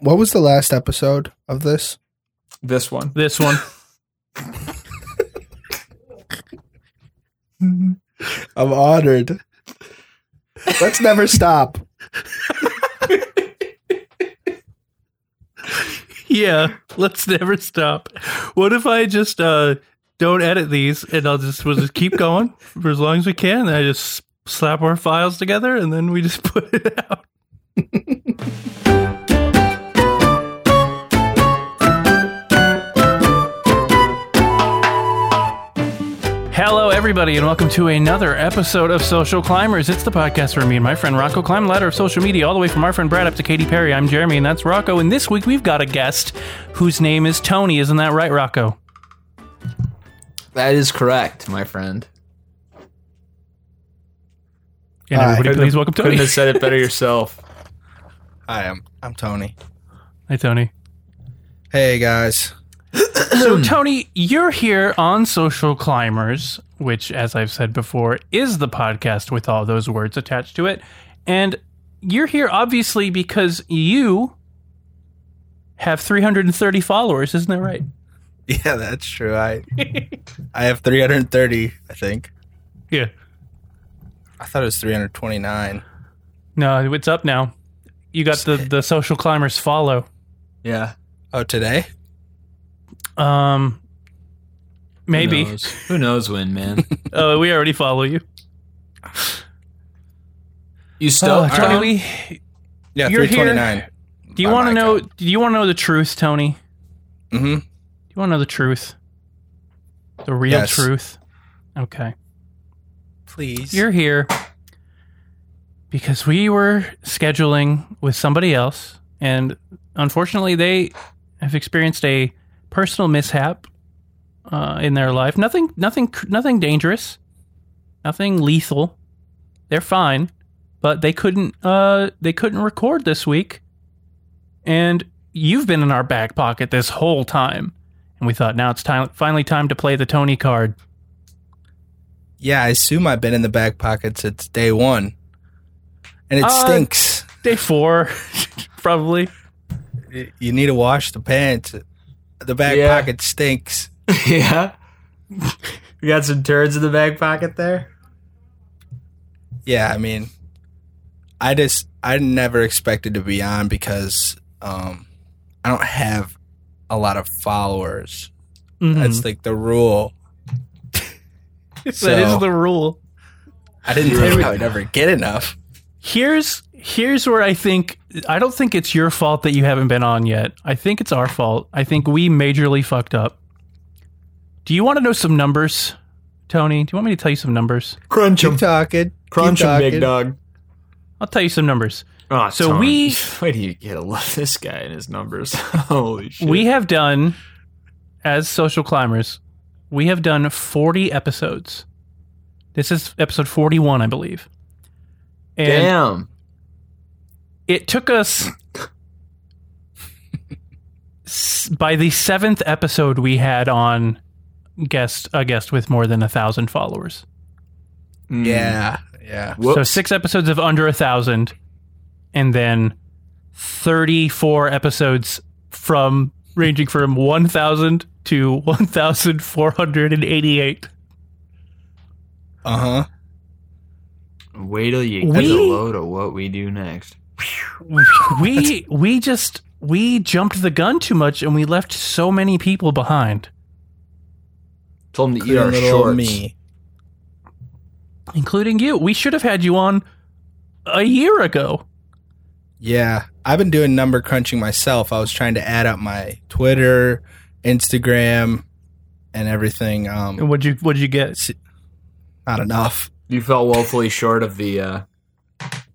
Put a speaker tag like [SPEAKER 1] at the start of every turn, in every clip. [SPEAKER 1] What was the last episode of this?
[SPEAKER 2] This one.
[SPEAKER 3] This one.
[SPEAKER 1] I'm honored. Let's never stop.
[SPEAKER 3] yeah. Let's never stop. What if I just uh, don't edit these and I'll just we'll just keep going for as long as we can? And I just slap our files together and then we just put it out. Hello, everybody, and welcome to another episode of Social Climbers. It's the podcast where me and my friend Rocco climb the ladder of social media, all the way from our friend Brad up to Katy Perry. I'm Jeremy, and that's Rocco. And this week we've got a guest whose name is Tony. Isn't that right, Rocco?
[SPEAKER 2] That is correct, my friend.
[SPEAKER 3] And
[SPEAKER 1] Hi.
[SPEAKER 3] everybody, please welcome Tony.
[SPEAKER 2] Couldn't have said it better yourself.
[SPEAKER 1] Hi, I'm I'm Tony.
[SPEAKER 3] Hi, Tony.
[SPEAKER 1] Hey guys.
[SPEAKER 3] So, Tony, you're here on Social Climbers, which, as I've said before, is the podcast with all those words attached to it. And you're here, obviously, because you have 330 followers. Isn't that right?
[SPEAKER 1] Yeah, that's true. I I have 330, I think.
[SPEAKER 3] Yeah.
[SPEAKER 1] I thought it was 329.
[SPEAKER 3] No, it's up now. You got the, the Social Climbers follow.
[SPEAKER 2] Yeah.
[SPEAKER 1] Oh, today?
[SPEAKER 3] Um,
[SPEAKER 2] Who
[SPEAKER 3] maybe.
[SPEAKER 2] knows, Who knows when, man?
[SPEAKER 3] Oh, we already follow you.
[SPEAKER 2] You still
[SPEAKER 3] Oh,
[SPEAKER 2] are
[SPEAKER 3] Tony, we,
[SPEAKER 1] Yeah,
[SPEAKER 3] You're here.
[SPEAKER 1] 329.
[SPEAKER 3] do you
[SPEAKER 1] By
[SPEAKER 3] want to
[SPEAKER 1] my
[SPEAKER 3] know? Do you want to know the truth, Tony?
[SPEAKER 1] Mhm.
[SPEAKER 3] Do you want to know the truth? The real
[SPEAKER 1] Yes.
[SPEAKER 3] truth? Okay.
[SPEAKER 1] Please.
[SPEAKER 3] You're here because we were scheduling with somebody else, and unfortunately, they have experienced a personal mishap uh, in their life. Nothing, nothing, nothing dangerous, nothing lethal. They're fine, but they couldn't. Uh, they couldn't record this week, and you've been in our back pocket this whole time. And we thought now it's time, finally time to play the Tony card.
[SPEAKER 1] Yeah, I assume I've been in the back pocket since day 1. And it
[SPEAKER 3] Uh,
[SPEAKER 1] stinks.
[SPEAKER 3] Day four, probably.
[SPEAKER 1] Y- You need to wash the pants. The back
[SPEAKER 2] Yeah.
[SPEAKER 1] pocket stinks.
[SPEAKER 2] yeah. We got some turds in the back pocket there.
[SPEAKER 1] yeah i mean i just i never expected to be on because um i don't have a lot of followers
[SPEAKER 3] Mhm.
[SPEAKER 1] that's like the rule
[SPEAKER 3] That is
[SPEAKER 1] so-
[SPEAKER 3] the rule.
[SPEAKER 1] i didn't think i would ever get enough
[SPEAKER 3] Here's here's where I think I don't think it's your fault that you haven't been on yet. I think it's our fault. I think we majorly fucked up. Do you want to know some numbers, Tony? Do you want me to tell you some numbers?
[SPEAKER 2] Crunch
[SPEAKER 1] keep talking keep
[SPEAKER 2] Crunch him,
[SPEAKER 1] talking.
[SPEAKER 2] big dog.
[SPEAKER 3] I'll tell you some numbers.
[SPEAKER 2] Oh,
[SPEAKER 3] So we-
[SPEAKER 2] Why do you get to love this guy and his numbers? Holy shit.
[SPEAKER 3] We have done as social climbers, we have done 40 episodes. This is episode 41, I believe. And
[SPEAKER 2] Damn.
[SPEAKER 3] it took us s- by the seventh episode we had on guest a guest with more than a thousand followers
[SPEAKER 1] Hmm.
[SPEAKER 2] Mm.
[SPEAKER 1] yeah yeah
[SPEAKER 3] so
[SPEAKER 2] Whoops.
[SPEAKER 3] six episodes of under a thousand and then 34 episodes from ranging from 1000 to 1488
[SPEAKER 1] uh-huh
[SPEAKER 2] Wait till you get
[SPEAKER 3] We-
[SPEAKER 2] a load of what we do next.
[SPEAKER 3] we we just we jumped the gun too much and we left so many people behind
[SPEAKER 2] Told him to eat
[SPEAKER 1] Clear
[SPEAKER 2] our
[SPEAKER 1] little
[SPEAKER 2] shorts.
[SPEAKER 1] me
[SPEAKER 3] including you we should have had you on a year ago
[SPEAKER 1] yeah i've been doing number crunching myself i was trying to add up my twitter instagram and everything
[SPEAKER 3] And
[SPEAKER 1] um
[SPEAKER 3] what'd you what'd you get?
[SPEAKER 1] not enough
[SPEAKER 2] You fell woefully short of the uh,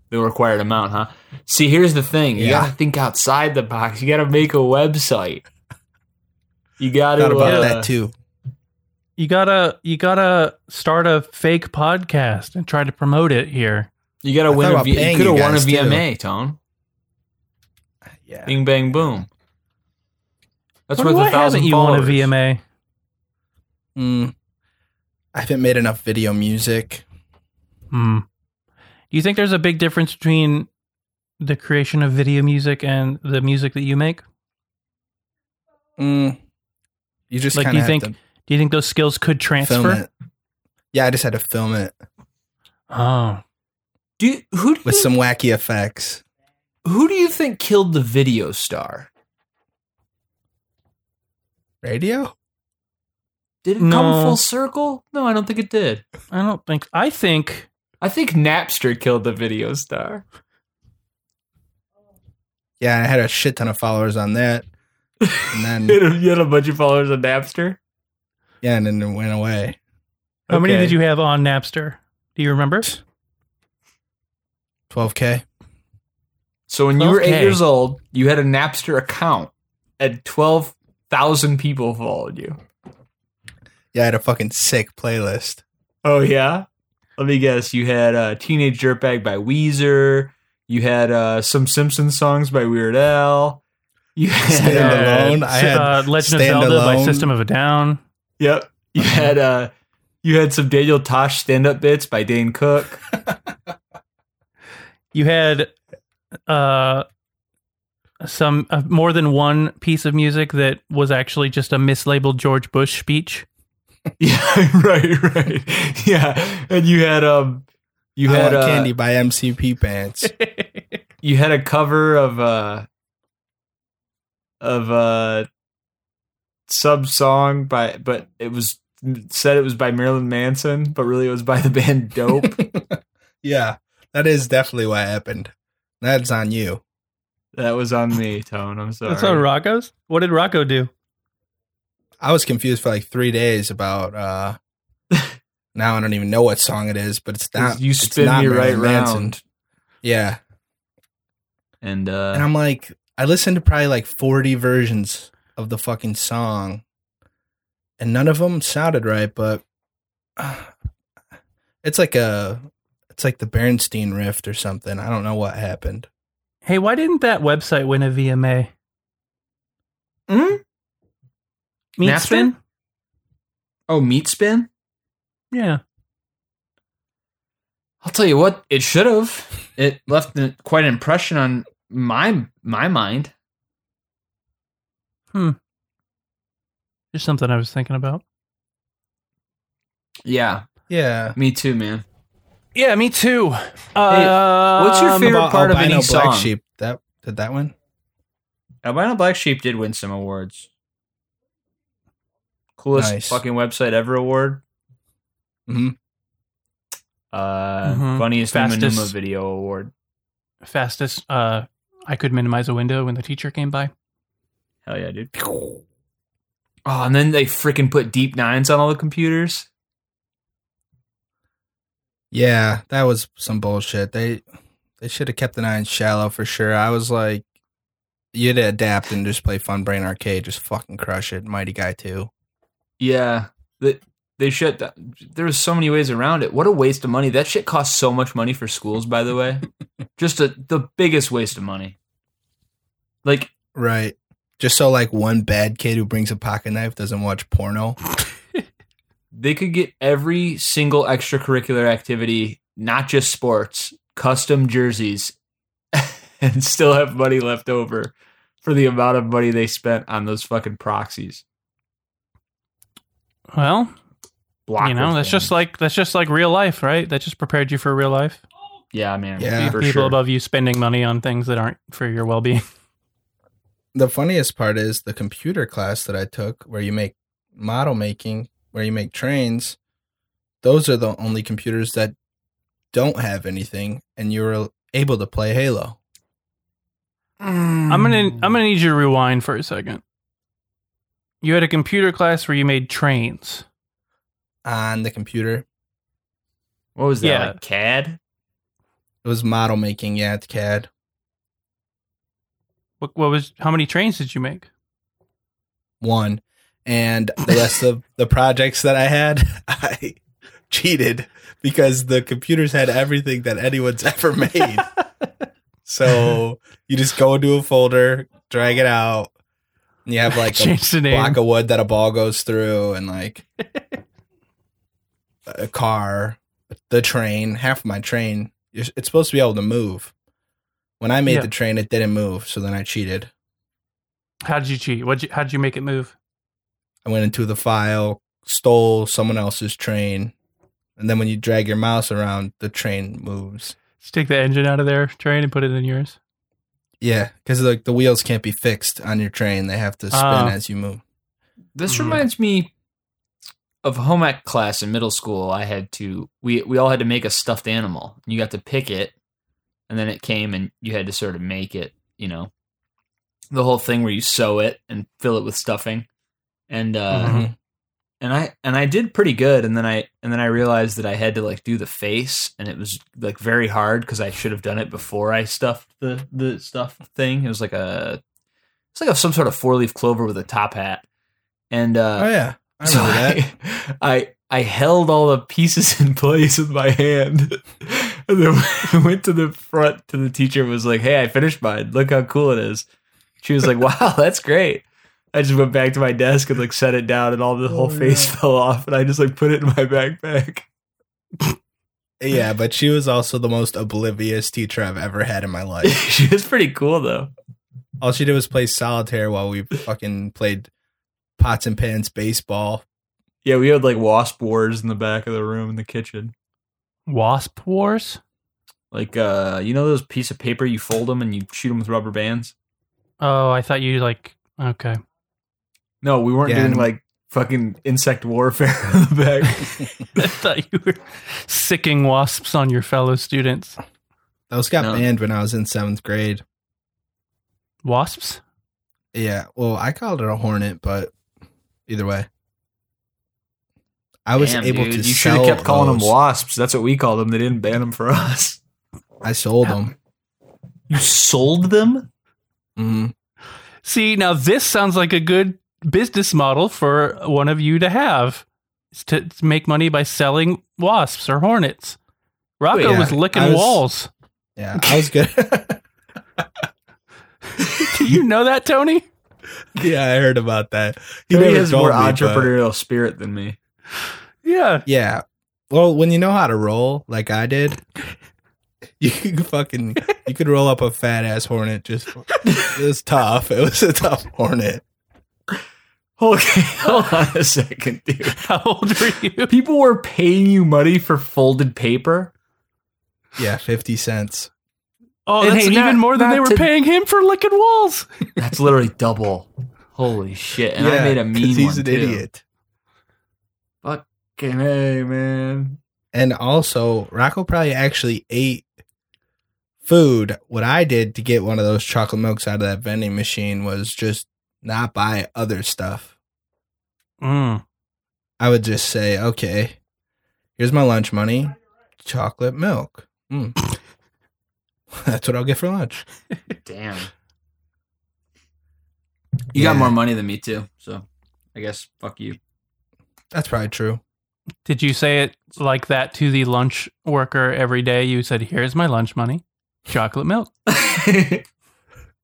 [SPEAKER 2] the required amount, huh? See, here's the thing: you
[SPEAKER 1] Yeah.
[SPEAKER 2] gotta think outside the box. You gotta make a website. You gotta
[SPEAKER 1] thought about
[SPEAKER 2] uh,
[SPEAKER 1] that too
[SPEAKER 3] You gotta you gotta start a fake podcast and try to promote it here.
[SPEAKER 2] You gotta
[SPEAKER 1] I
[SPEAKER 2] win
[SPEAKER 1] thought
[SPEAKER 2] a
[SPEAKER 1] about
[SPEAKER 2] v- You
[SPEAKER 1] paying
[SPEAKER 2] could have
[SPEAKER 1] you
[SPEAKER 2] won a
[SPEAKER 1] guys, too.
[SPEAKER 2] VMA, Tone.
[SPEAKER 1] yeah
[SPEAKER 2] Bing bang boom. That's
[SPEAKER 3] Wonder
[SPEAKER 2] worth
[SPEAKER 3] why
[SPEAKER 2] a thousand
[SPEAKER 3] haven't you
[SPEAKER 2] followers.
[SPEAKER 3] won a VMA?
[SPEAKER 1] Mm. I haven't made enough video music.
[SPEAKER 3] Hmm. Do you think there's a big difference between the creation of video music and the music that you make?
[SPEAKER 1] Mm, you just
[SPEAKER 3] Like,
[SPEAKER 1] kind
[SPEAKER 3] you
[SPEAKER 1] of
[SPEAKER 3] think
[SPEAKER 1] have
[SPEAKER 3] Do you think those skills could
[SPEAKER 1] to film
[SPEAKER 3] transfer?
[SPEAKER 1] it. Yeah, I just had to film it
[SPEAKER 3] Oh,
[SPEAKER 2] Do you, who do
[SPEAKER 1] with
[SPEAKER 2] you-
[SPEAKER 1] some wacky effects.
[SPEAKER 2] who do you think killed the video star?
[SPEAKER 1] Radio?
[SPEAKER 2] Did it
[SPEAKER 3] No.
[SPEAKER 2] come full circle? No, I don't think it did.
[SPEAKER 3] I don't think. I think
[SPEAKER 2] I think Napster killed the video star.
[SPEAKER 1] Yeah, I had a shit ton of followers on that. And
[SPEAKER 2] You
[SPEAKER 1] then
[SPEAKER 2] had a- you had a bunch of followers on Napster.
[SPEAKER 1] yeah, and then it went away.
[SPEAKER 3] How many
[SPEAKER 2] Okay.
[SPEAKER 3] did you have on Napster? Do you remember?
[SPEAKER 1] 12k.
[SPEAKER 2] So when you were eight
[SPEAKER 3] 12K.
[SPEAKER 2] years old, you had a Napster account, and twelve thousand people followed you.
[SPEAKER 1] Yeah, I had a fucking sick playlist.
[SPEAKER 2] Oh yeah. Let me guess. You had uh, "Teenage Dirtbag" by Weezer. You had uh, some Simpsons songs by Weird Al. You had,
[SPEAKER 1] Stand
[SPEAKER 2] uh,
[SPEAKER 1] Alone. I
[SPEAKER 3] Si-
[SPEAKER 1] had
[SPEAKER 3] uh, Legend of
[SPEAKER 1] Stand
[SPEAKER 3] Zelda by
[SPEAKER 1] Alone.
[SPEAKER 3] System of a Down.
[SPEAKER 2] Yep. You had uh, you had some Daniel Tosh stand-up bits by Dane Cook.
[SPEAKER 3] You had uh, some uh, more than one piece of music that was actually just a mislabeled George Bush speech.
[SPEAKER 2] yeah. Right. Right. Yeah. And you had um, you
[SPEAKER 1] I
[SPEAKER 2] had
[SPEAKER 1] Want
[SPEAKER 2] uh,
[SPEAKER 1] Candy by MCP Pants.
[SPEAKER 2] you had a cover of uh of uh sub song by but it was said it was by Marilyn Manson but really it was by the band Dope
[SPEAKER 1] yeah, that is definitely what happened. That's on you.
[SPEAKER 2] that was on me Tone I'm sorry
[SPEAKER 3] That's on Rocco's. What did Rocco do?
[SPEAKER 1] I was confused for like three days about. uh Now I don't even know what song it is, but it's not.
[SPEAKER 2] you
[SPEAKER 1] it's
[SPEAKER 2] spin
[SPEAKER 1] not
[SPEAKER 2] me
[SPEAKER 1] Marilyn
[SPEAKER 2] right
[SPEAKER 1] Manson.
[SPEAKER 2] round
[SPEAKER 1] Yeah,
[SPEAKER 2] and uh
[SPEAKER 1] and I'm like, I listened to probably like 40 versions of the fucking song, and none of them sounded right. But uh, it's like a, it's like the Bernstein riff or something. I don't know what happened.
[SPEAKER 3] Hey, why didn't that website win a VMA?
[SPEAKER 2] mm?
[SPEAKER 3] Hmm? Meat
[SPEAKER 2] Napster?
[SPEAKER 3] Spin?
[SPEAKER 2] oh meat spin
[SPEAKER 3] Yeah.
[SPEAKER 2] I'll tell you what it should have it left an- quite an impression on my my mind
[SPEAKER 3] Just something I was thinking about.
[SPEAKER 2] yeah
[SPEAKER 1] Yeah,
[SPEAKER 2] me too man
[SPEAKER 3] Yeah, me too.
[SPEAKER 2] what's your
[SPEAKER 3] Um,
[SPEAKER 2] favorite
[SPEAKER 1] About
[SPEAKER 2] part of
[SPEAKER 1] Albino
[SPEAKER 2] any song?
[SPEAKER 1] Black Sheep. That did that one.
[SPEAKER 2] Albino Black Sheep did win some awards. Coolest
[SPEAKER 1] Nice.
[SPEAKER 2] fucking website ever award. Mm-hmm.
[SPEAKER 1] Mhm.
[SPEAKER 2] Uh,
[SPEAKER 3] Mhm.
[SPEAKER 2] funniest Fastest.
[SPEAKER 3] Fastest.
[SPEAKER 2] video award.
[SPEAKER 3] fastest uh I could minimize a window when the teacher came by.
[SPEAKER 2] Hell yeah, dude. Oh, and then they freaking put deep nines on all the computers.
[SPEAKER 1] Yeah, that was some bullshit. They they should have kept the nine shallow for sure. I was like, you'd adapt and just play Fun Brain Arcade, just fucking crush it. Mighty Guy too.
[SPEAKER 2] Yeah, they, they shut. th- There was so many ways around it. What a waste of money. That shit costs so much money for schools. By the way, just a, the biggest waste of money. Like
[SPEAKER 1] Right. Just so like one bad kid who brings a pocket knife doesn't watch porno.
[SPEAKER 2] they could get every single extracurricular activity, not just sports, custom jerseys, and still have money left over for the amount of money they spent on those fucking proxies.
[SPEAKER 3] Well,
[SPEAKER 2] Block
[SPEAKER 3] you know,
[SPEAKER 2] those
[SPEAKER 3] that's
[SPEAKER 2] things.
[SPEAKER 3] just like that's just like real life, right? That just prepared you for real life.
[SPEAKER 2] yeah, man,
[SPEAKER 1] Yeah.
[SPEAKER 2] for
[SPEAKER 3] People
[SPEAKER 2] sure.
[SPEAKER 3] above you spending money on things that aren't for your well being.
[SPEAKER 1] The funniest part is the computer class that I took where you make model making, where you make trains, those are the only computers that don't have anything and you were able to play Halo.
[SPEAKER 3] I'm gonna I'm
[SPEAKER 2] Hmm.
[SPEAKER 3] gonna need you to rewind for a second. You had a computer class where you made trains.
[SPEAKER 1] on the computer.
[SPEAKER 2] What was that?
[SPEAKER 3] Yeah.
[SPEAKER 2] Like CAD?
[SPEAKER 1] It was model making, yeah, it's CAD.
[SPEAKER 3] What, what was how many trains did you make?
[SPEAKER 1] One. And the rest of the projects that I had, I cheated because the computers had everything that anyone's ever made. so you just go into a folder, drag it out, and you have like a
[SPEAKER 3] Change the name.
[SPEAKER 1] block of wood that a ball goes through and like a car, the train, half of my train. You're- It's supposed to be able to move. When I made
[SPEAKER 3] Yeah.
[SPEAKER 1] the train, it didn't move, so then I cheated.
[SPEAKER 3] How did you cheat? What how did you make it move?
[SPEAKER 1] I went into the file, stole someone else's train, and then when you drag your mouse around, the train moves.
[SPEAKER 3] Just take the engine out of their train and put it in yours.
[SPEAKER 1] Yeah, because like the wheels can't be fixed on your train; they have to
[SPEAKER 2] Ah.
[SPEAKER 1] spin
[SPEAKER 3] Oh.
[SPEAKER 1] as you move.
[SPEAKER 2] This
[SPEAKER 3] Mhm.
[SPEAKER 2] reminds me of home ec class in middle school. I had to we we all had to make a stuffed animal. You got to pick it, and then it came, and you had to sort of make it. You know, the whole thing where you sew it and fill it with stuffing, and uh,
[SPEAKER 1] Mhm.
[SPEAKER 2] and I and I did pretty good. And then I and then I realized that I had to like do the face, and it was like very hard because I should have done it before I stuffed the the stuff thing. It was like a it's like a, some sort of four leaf clover with a top hat, and uh,
[SPEAKER 1] oh yeah, I
[SPEAKER 2] so
[SPEAKER 1] remember that.
[SPEAKER 2] I, I I held all the pieces in place with my hand, and then went to the front to the teacher. and Was like, "Hey, I finished mine. Look how cool it is." She was like, "Wow, that's great." I just went back to my desk and like set it down, and all the whole
[SPEAKER 1] Oh,
[SPEAKER 2] face
[SPEAKER 1] no.
[SPEAKER 2] fell off, and I just like put it in my backpack.
[SPEAKER 1] Yeah, but she was also the most oblivious teacher I've ever had in my life.
[SPEAKER 2] she was pretty cool though.
[SPEAKER 1] All she did was play solitaire while we fucking played pots and pans baseball.
[SPEAKER 2] Yeah, we had like wasp wars in the back of the room in the kitchen.
[SPEAKER 3] Wasp Wars?
[SPEAKER 2] Like, uh, you know those piece of paper you fold them and you shoot them with rubber bands.
[SPEAKER 3] Oh, I thought you like okay.
[SPEAKER 2] No, we weren't
[SPEAKER 1] Yeah,
[SPEAKER 2] doing
[SPEAKER 1] and-
[SPEAKER 2] like fucking insect warfare in the back.
[SPEAKER 3] I thought you were sicking wasps on your fellow students.
[SPEAKER 1] Those got
[SPEAKER 2] No.
[SPEAKER 1] banned when I was in seventh grade.
[SPEAKER 3] Wasps?
[SPEAKER 1] Yeah, well, I called it a hornet, but either way, I was
[SPEAKER 2] Damn,
[SPEAKER 1] able
[SPEAKER 2] dude.
[SPEAKER 1] to.
[SPEAKER 2] You should
[SPEAKER 1] sell
[SPEAKER 2] have kept calling them
[SPEAKER 1] those.
[SPEAKER 2] wasps. That's what we called them. They didn't ban them for us.
[SPEAKER 1] I sold them.
[SPEAKER 2] You sold them?
[SPEAKER 1] hmm
[SPEAKER 3] See, now this sounds like a good business model for one of you to have is to, to make money by selling wasps or hornets. Rocco
[SPEAKER 1] Wait,
[SPEAKER 3] was
[SPEAKER 1] yeah,
[SPEAKER 3] licking
[SPEAKER 1] I was-
[SPEAKER 3] walls.
[SPEAKER 1] Yeah, I was good.
[SPEAKER 3] Do you know that, Tony?
[SPEAKER 1] yeah, I heard about that.
[SPEAKER 2] He
[SPEAKER 1] never
[SPEAKER 2] has
[SPEAKER 1] told
[SPEAKER 2] more
[SPEAKER 1] me, but-
[SPEAKER 2] entrepreneurial spirit than me.
[SPEAKER 3] Yeah.
[SPEAKER 1] Yeah. Well, when you know how to roll like I did, you could fucking you could roll up a fat ass hornet. Just it was tough. It was a tough hornet.
[SPEAKER 2] Okay, hold on a second, dude.
[SPEAKER 3] How old were you?
[SPEAKER 2] People were paying you money for folded paper.
[SPEAKER 1] Yeah, fifty cents.
[SPEAKER 3] Oh,
[SPEAKER 2] And
[SPEAKER 3] that's
[SPEAKER 2] hey,
[SPEAKER 3] even
[SPEAKER 2] not-
[SPEAKER 3] more than
[SPEAKER 2] not
[SPEAKER 3] they were
[SPEAKER 2] to-
[SPEAKER 3] paying him for licking walls.
[SPEAKER 2] That's literally double. Holy shit! And
[SPEAKER 1] yeah,
[SPEAKER 2] I made a
[SPEAKER 1] 'cause
[SPEAKER 2] mean
[SPEAKER 1] He's
[SPEAKER 2] one
[SPEAKER 1] an
[SPEAKER 2] too.
[SPEAKER 1] idiot.
[SPEAKER 2] Fucking hey, man.
[SPEAKER 1] And also, Rocco probably actually ate food. What I did to get one of those chocolate milks out of that vending machine was just not buy other stuff.
[SPEAKER 3] Mm.
[SPEAKER 1] I would just say, okay, here's my lunch money, chocolate milk. Mm. That's what I'll get for lunch.
[SPEAKER 2] Damn.
[SPEAKER 1] Yeah.
[SPEAKER 2] You got more money than me too, so I guess fuck you.
[SPEAKER 1] That's probably true.
[SPEAKER 3] Did you say it like that to the lunch worker every day? You said, "Here's my lunch money, chocolate milk."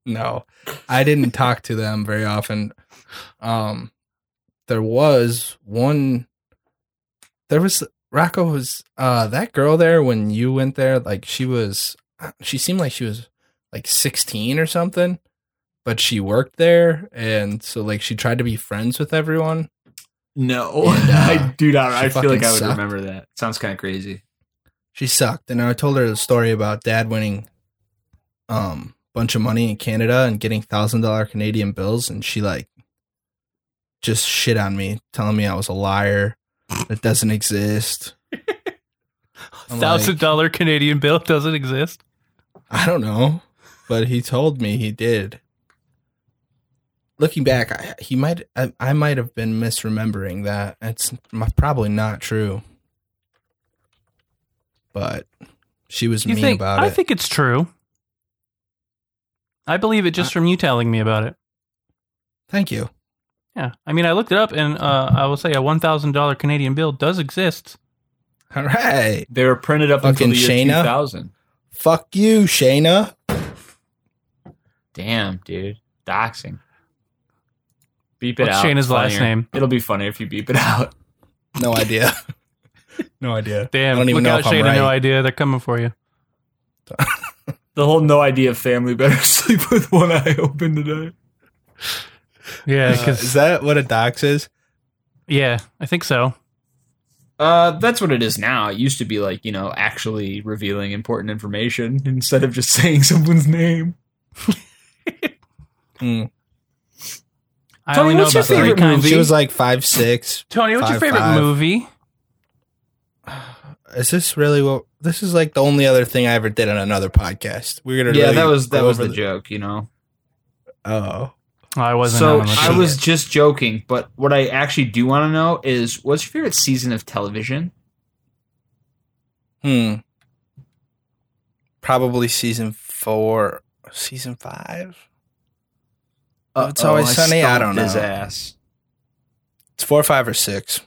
[SPEAKER 1] No, I didn't talk to them very often. Um, there was one. There was Rocco was uh that girl there when you went there. Like she was, she seemed like she was like sixteen or something, but she worked there, and so like she tried to be friends with everyone.
[SPEAKER 2] No,
[SPEAKER 1] And, uh,
[SPEAKER 2] I do not.
[SPEAKER 1] she
[SPEAKER 2] I feel like
[SPEAKER 1] fucking
[SPEAKER 2] I would
[SPEAKER 1] sucked.
[SPEAKER 2] remember that. Sounds kind of crazy.
[SPEAKER 1] she sucked and i told her the story about dad winning um bunch of money in canada and getting thousand dollar canadian bills and she like just shit on me telling me i was a liar that doesn't exist I'm
[SPEAKER 3] Thousand
[SPEAKER 1] like,
[SPEAKER 3] dollar Canadian bill doesn't exist.
[SPEAKER 1] i don't know but he told me he did looking back I, he might I, I might have been misremembering that it's m- probably not true but she was
[SPEAKER 3] You
[SPEAKER 1] mean
[SPEAKER 3] think?
[SPEAKER 1] about
[SPEAKER 3] I
[SPEAKER 1] it
[SPEAKER 3] think it's true. I believe it just from you telling me about it.
[SPEAKER 1] thank you
[SPEAKER 3] Yeah, I mean, I looked it up, and uh, I will say a one thousand dollar Canadian bill does exist.
[SPEAKER 1] All right.
[SPEAKER 2] They were printed up
[SPEAKER 1] Fucking
[SPEAKER 2] until the year
[SPEAKER 1] Shayna.
[SPEAKER 2] 2000.
[SPEAKER 1] Fuck you, Shayna.
[SPEAKER 2] Damn, dude. Doxing. Beep it
[SPEAKER 3] What's
[SPEAKER 2] out.
[SPEAKER 3] Shayna's last
[SPEAKER 2] Funnier.
[SPEAKER 3] name?
[SPEAKER 2] It'll be funny if you beep it out.
[SPEAKER 1] No idea. no idea.
[SPEAKER 3] Damn,
[SPEAKER 1] I don't even
[SPEAKER 3] look
[SPEAKER 1] know
[SPEAKER 3] out,
[SPEAKER 1] if I'm
[SPEAKER 3] Shayna! No
[SPEAKER 1] right.
[SPEAKER 3] idea, they're coming for you.
[SPEAKER 2] The whole no idea family better sleep with one eye open today.
[SPEAKER 3] Yeah,
[SPEAKER 1] Uh, is
[SPEAKER 3] because
[SPEAKER 1] that what a dox is?
[SPEAKER 3] yeah, I think so.
[SPEAKER 2] Uh, that's what it is now. It used to be like you know actually revealing important information instead of just saying someone's name.
[SPEAKER 1] Mm.
[SPEAKER 3] I
[SPEAKER 2] Tony,
[SPEAKER 3] only know
[SPEAKER 2] what's your
[SPEAKER 3] about three
[SPEAKER 2] favorite
[SPEAKER 3] kinds.
[SPEAKER 2] movie?
[SPEAKER 1] She was like five six.
[SPEAKER 3] Tony, what's your
[SPEAKER 1] Five,
[SPEAKER 3] favorite
[SPEAKER 1] five.
[SPEAKER 3] movie?
[SPEAKER 1] Is this really what? This is like the only other thing I ever did on another podcast. We're gonna
[SPEAKER 2] yeah,
[SPEAKER 1] really
[SPEAKER 2] that was that
[SPEAKER 1] go
[SPEAKER 2] was the
[SPEAKER 1] over
[SPEAKER 2] joke. You know,
[SPEAKER 1] Oh,
[SPEAKER 3] Oh, I wasn't.
[SPEAKER 2] so
[SPEAKER 3] on the
[SPEAKER 2] I
[SPEAKER 3] list.
[SPEAKER 2] was just joking. But what I actually do want to know is what's your favorite season of television?
[SPEAKER 1] hmm. Probably season four, season five. Oh, It's Always Sunny? I don't
[SPEAKER 2] stomped His
[SPEAKER 1] know.
[SPEAKER 2] ass.
[SPEAKER 1] It's four, five, or six.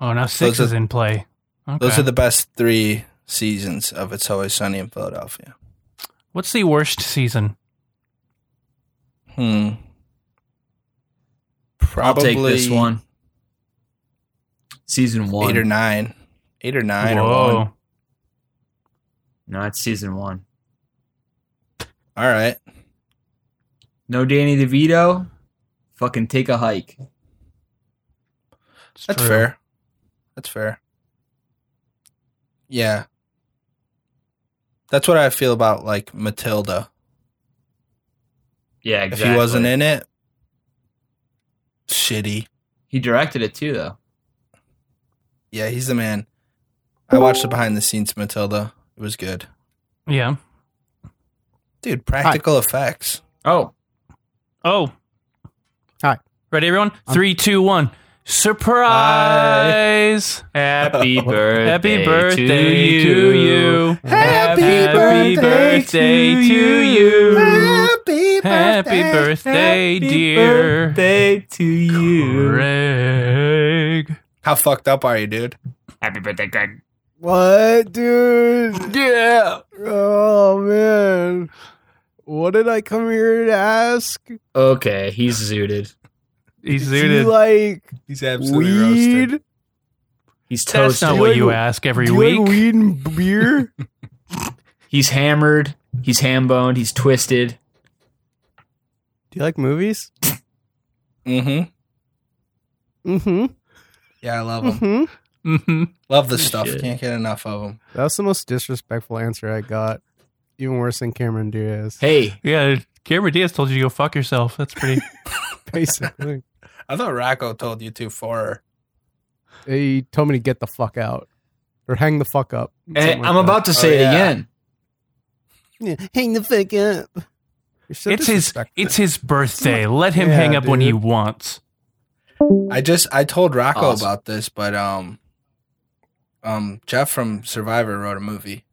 [SPEAKER 3] Oh, now six
[SPEAKER 1] Those are-
[SPEAKER 3] is in play. Okay.
[SPEAKER 1] Those are the best three seasons of It's Always Sunny in Philadelphia.
[SPEAKER 3] What's the worst season?
[SPEAKER 1] Hmm.
[SPEAKER 2] I'll
[SPEAKER 1] Probably
[SPEAKER 2] take this one. Season one.
[SPEAKER 1] Eight or nine. Eight or nine or one.
[SPEAKER 3] Whoa.
[SPEAKER 2] No, it's season one.
[SPEAKER 1] All right.
[SPEAKER 2] No Danny DeVito. Fucking take a hike.
[SPEAKER 3] It's
[SPEAKER 1] That's
[SPEAKER 3] true.
[SPEAKER 1] fair. That's fair. Yeah. That's what I feel about like Matilda.
[SPEAKER 2] Yeah,
[SPEAKER 1] If
[SPEAKER 2] exactly.
[SPEAKER 1] he wasn't in it, shitty.
[SPEAKER 2] he directed it too, though.
[SPEAKER 1] Yeah, he's the man. I watched the behind the scenes Matilda. It was good.
[SPEAKER 3] Yeah.
[SPEAKER 1] Dude, practical effects.
[SPEAKER 2] Oh,
[SPEAKER 3] Oh.
[SPEAKER 4] All right.
[SPEAKER 3] Ready, everyone? Three, two, one. Surprise!
[SPEAKER 2] happy birthday!
[SPEAKER 3] Happy birthday to you.
[SPEAKER 1] Happy
[SPEAKER 3] Happy birthday to you.
[SPEAKER 1] Happy
[SPEAKER 3] Happy birthday, dear
[SPEAKER 2] birthday to you.
[SPEAKER 3] Greg.
[SPEAKER 1] How fucked up are you, dude?
[SPEAKER 2] Happy birthday, Greg.
[SPEAKER 4] What, dude?
[SPEAKER 3] Yeah.
[SPEAKER 4] Oh man, what did I come here to ask?
[SPEAKER 2] Okay, he's zooted.
[SPEAKER 3] He's
[SPEAKER 4] Do you
[SPEAKER 3] zooted.
[SPEAKER 4] like
[SPEAKER 1] He's
[SPEAKER 4] weed?
[SPEAKER 2] He's
[SPEAKER 3] That's
[SPEAKER 2] toasted.
[SPEAKER 3] not
[SPEAKER 4] Do
[SPEAKER 3] what
[SPEAKER 4] you
[SPEAKER 3] you
[SPEAKER 4] like-
[SPEAKER 3] ask
[SPEAKER 4] Do
[SPEAKER 3] every
[SPEAKER 4] you
[SPEAKER 3] week.
[SPEAKER 4] like weed and beer?
[SPEAKER 2] he's hammered. He's ham boned. He's twisted.
[SPEAKER 4] Do you like movies?
[SPEAKER 1] Mm-hmm.
[SPEAKER 4] Mm-hmm.
[SPEAKER 1] Yeah, I
[SPEAKER 3] Uh-huh.
[SPEAKER 1] love them.
[SPEAKER 4] Mm-hmm.
[SPEAKER 3] hmm
[SPEAKER 1] love the stuff.
[SPEAKER 2] Shit.
[SPEAKER 1] Can't get enough of them.
[SPEAKER 4] That was the most disrespectful answer I got. Even worse than Cameron Diaz.
[SPEAKER 2] Hey,
[SPEAKER 3] Yeah, Cameron Diaz told you to go fuck yourself. That's pretty.
[SPEAKER 4] Basically,
[SPEAKER 1] I thought Rocco told you to for her.
[SPEAKER 4] he told me to get the fuck out or hang the fuck up.
[SPEAKER 2] eh,
[SPEAKER 4] something like
[SPEAKER 2] I'm
[SPEAKER 4] that.
[SPEAKER 2] about to say it
[SPEAKER 1] yeah.
[SPEAKER 2] again.
[SPEAKER 4] Yeah, hang the fuck up. You're so
[SPEAKER 3] it's his.
[SPEAKER 4] disrespectful.
[SPEAKER 3] It's his birthday. Let him
[SPEAKER 4] Yeah,
[SPEAKER 3] hang up when
[SPEAKER 4] dude.
[SPEAKER 3] he wants.
[SPEAKER 1] I just I told Rocco
[SPEAKER 2] Awesome.
[SPEAKER 1] about this, but um, um, Jeff from Survivor wrote a movie.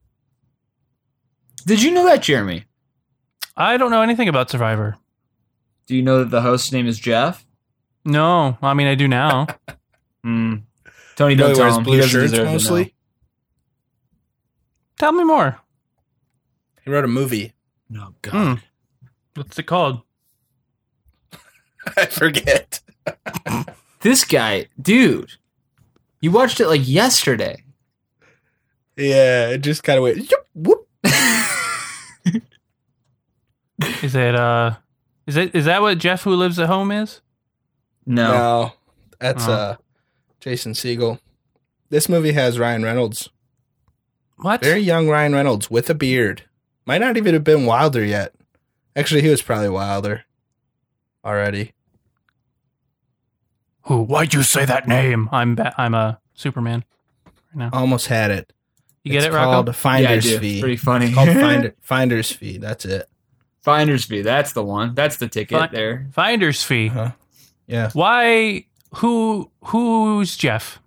[SPEAKER 2] Did you know that, Jeremy?
[SPEAKER 3] I don't know anything about Survivor.
[SPEAKER 2] Do you know that the host's name is Jeff?
[SPEAKER 3] No, I mean I do now.
[SPEAKER 2] Mm. Tony,
[SPEAKER 1] You know
[SPEAKER 2] don't
[SPEAKER 1] he
[SPEAKER 2] tell
[SPEAKER 1] wears
[SPEAKER 2] him.
[SPEAKER 1] blue
[SPEAKER 2] he doesn't
[SPEAKER 1] shirts
[SPEAKER 2] deserve
[SPEAKER 1] mostly.
[SPEAKER 2] to
[SPEAKER 3] Tell me more.
[SPEAKER 1] He wrote a movie.
[SPEAKER 2] know. No, God.
[SPEAKER 3] Hmm. What's it called?
[SPEAKER 1] I forget.
[SPEAKER 2] This guy, dude, you watched it like yesterday.
[SPEAKER 1] Yeah, it just kind of went. Yep, whoop.
[SPEAKER 3] Is it uh? Is it is that what Jeff who lives at home is?
[SPEAKER 1] No,
[SPEAKER 2] No.
[SPEAKER 1] that's
[SPEAKER 3] Oh.
[SPEAKER 1] uh, Jason Siegel. This movie has Ryan Reynolds,
[SPEAKER 3] What?
[SPEAKER 1] very young Ryan Reynolds with a beard. Might not even have been Wilder yet. Actually, he was probably Wilder already.
[SPEAKER 3] Who? Why'd you say that name? I'm ba- I'm a Superman.
[SPEAKER 1] Almost had it.
[SPEAKER 3] You get
[SPEAKER 1] It's
[SPEAKER 3] it, Rocco?
[SPEAKER 1] Called Finder's
[SPEAKER 2] yeah, I do.
[SPEAKER 1] Fee.
[SPEAKER 2] It's pretty funny.
[SPEAKER 1] It's called Finder, Finder's Fee. That's it.
[SPEAKER 2] Finder's fee. That's the one. That's the ticket
[SPEAKER 3] Fin-
[SPEAKER 2] there.
[SPEAKER 3] Finder's fee.
[SPEAKER 1] Uh-huh. Yeah.
[SPEAKER 3] Why? Who? Who's Jeff?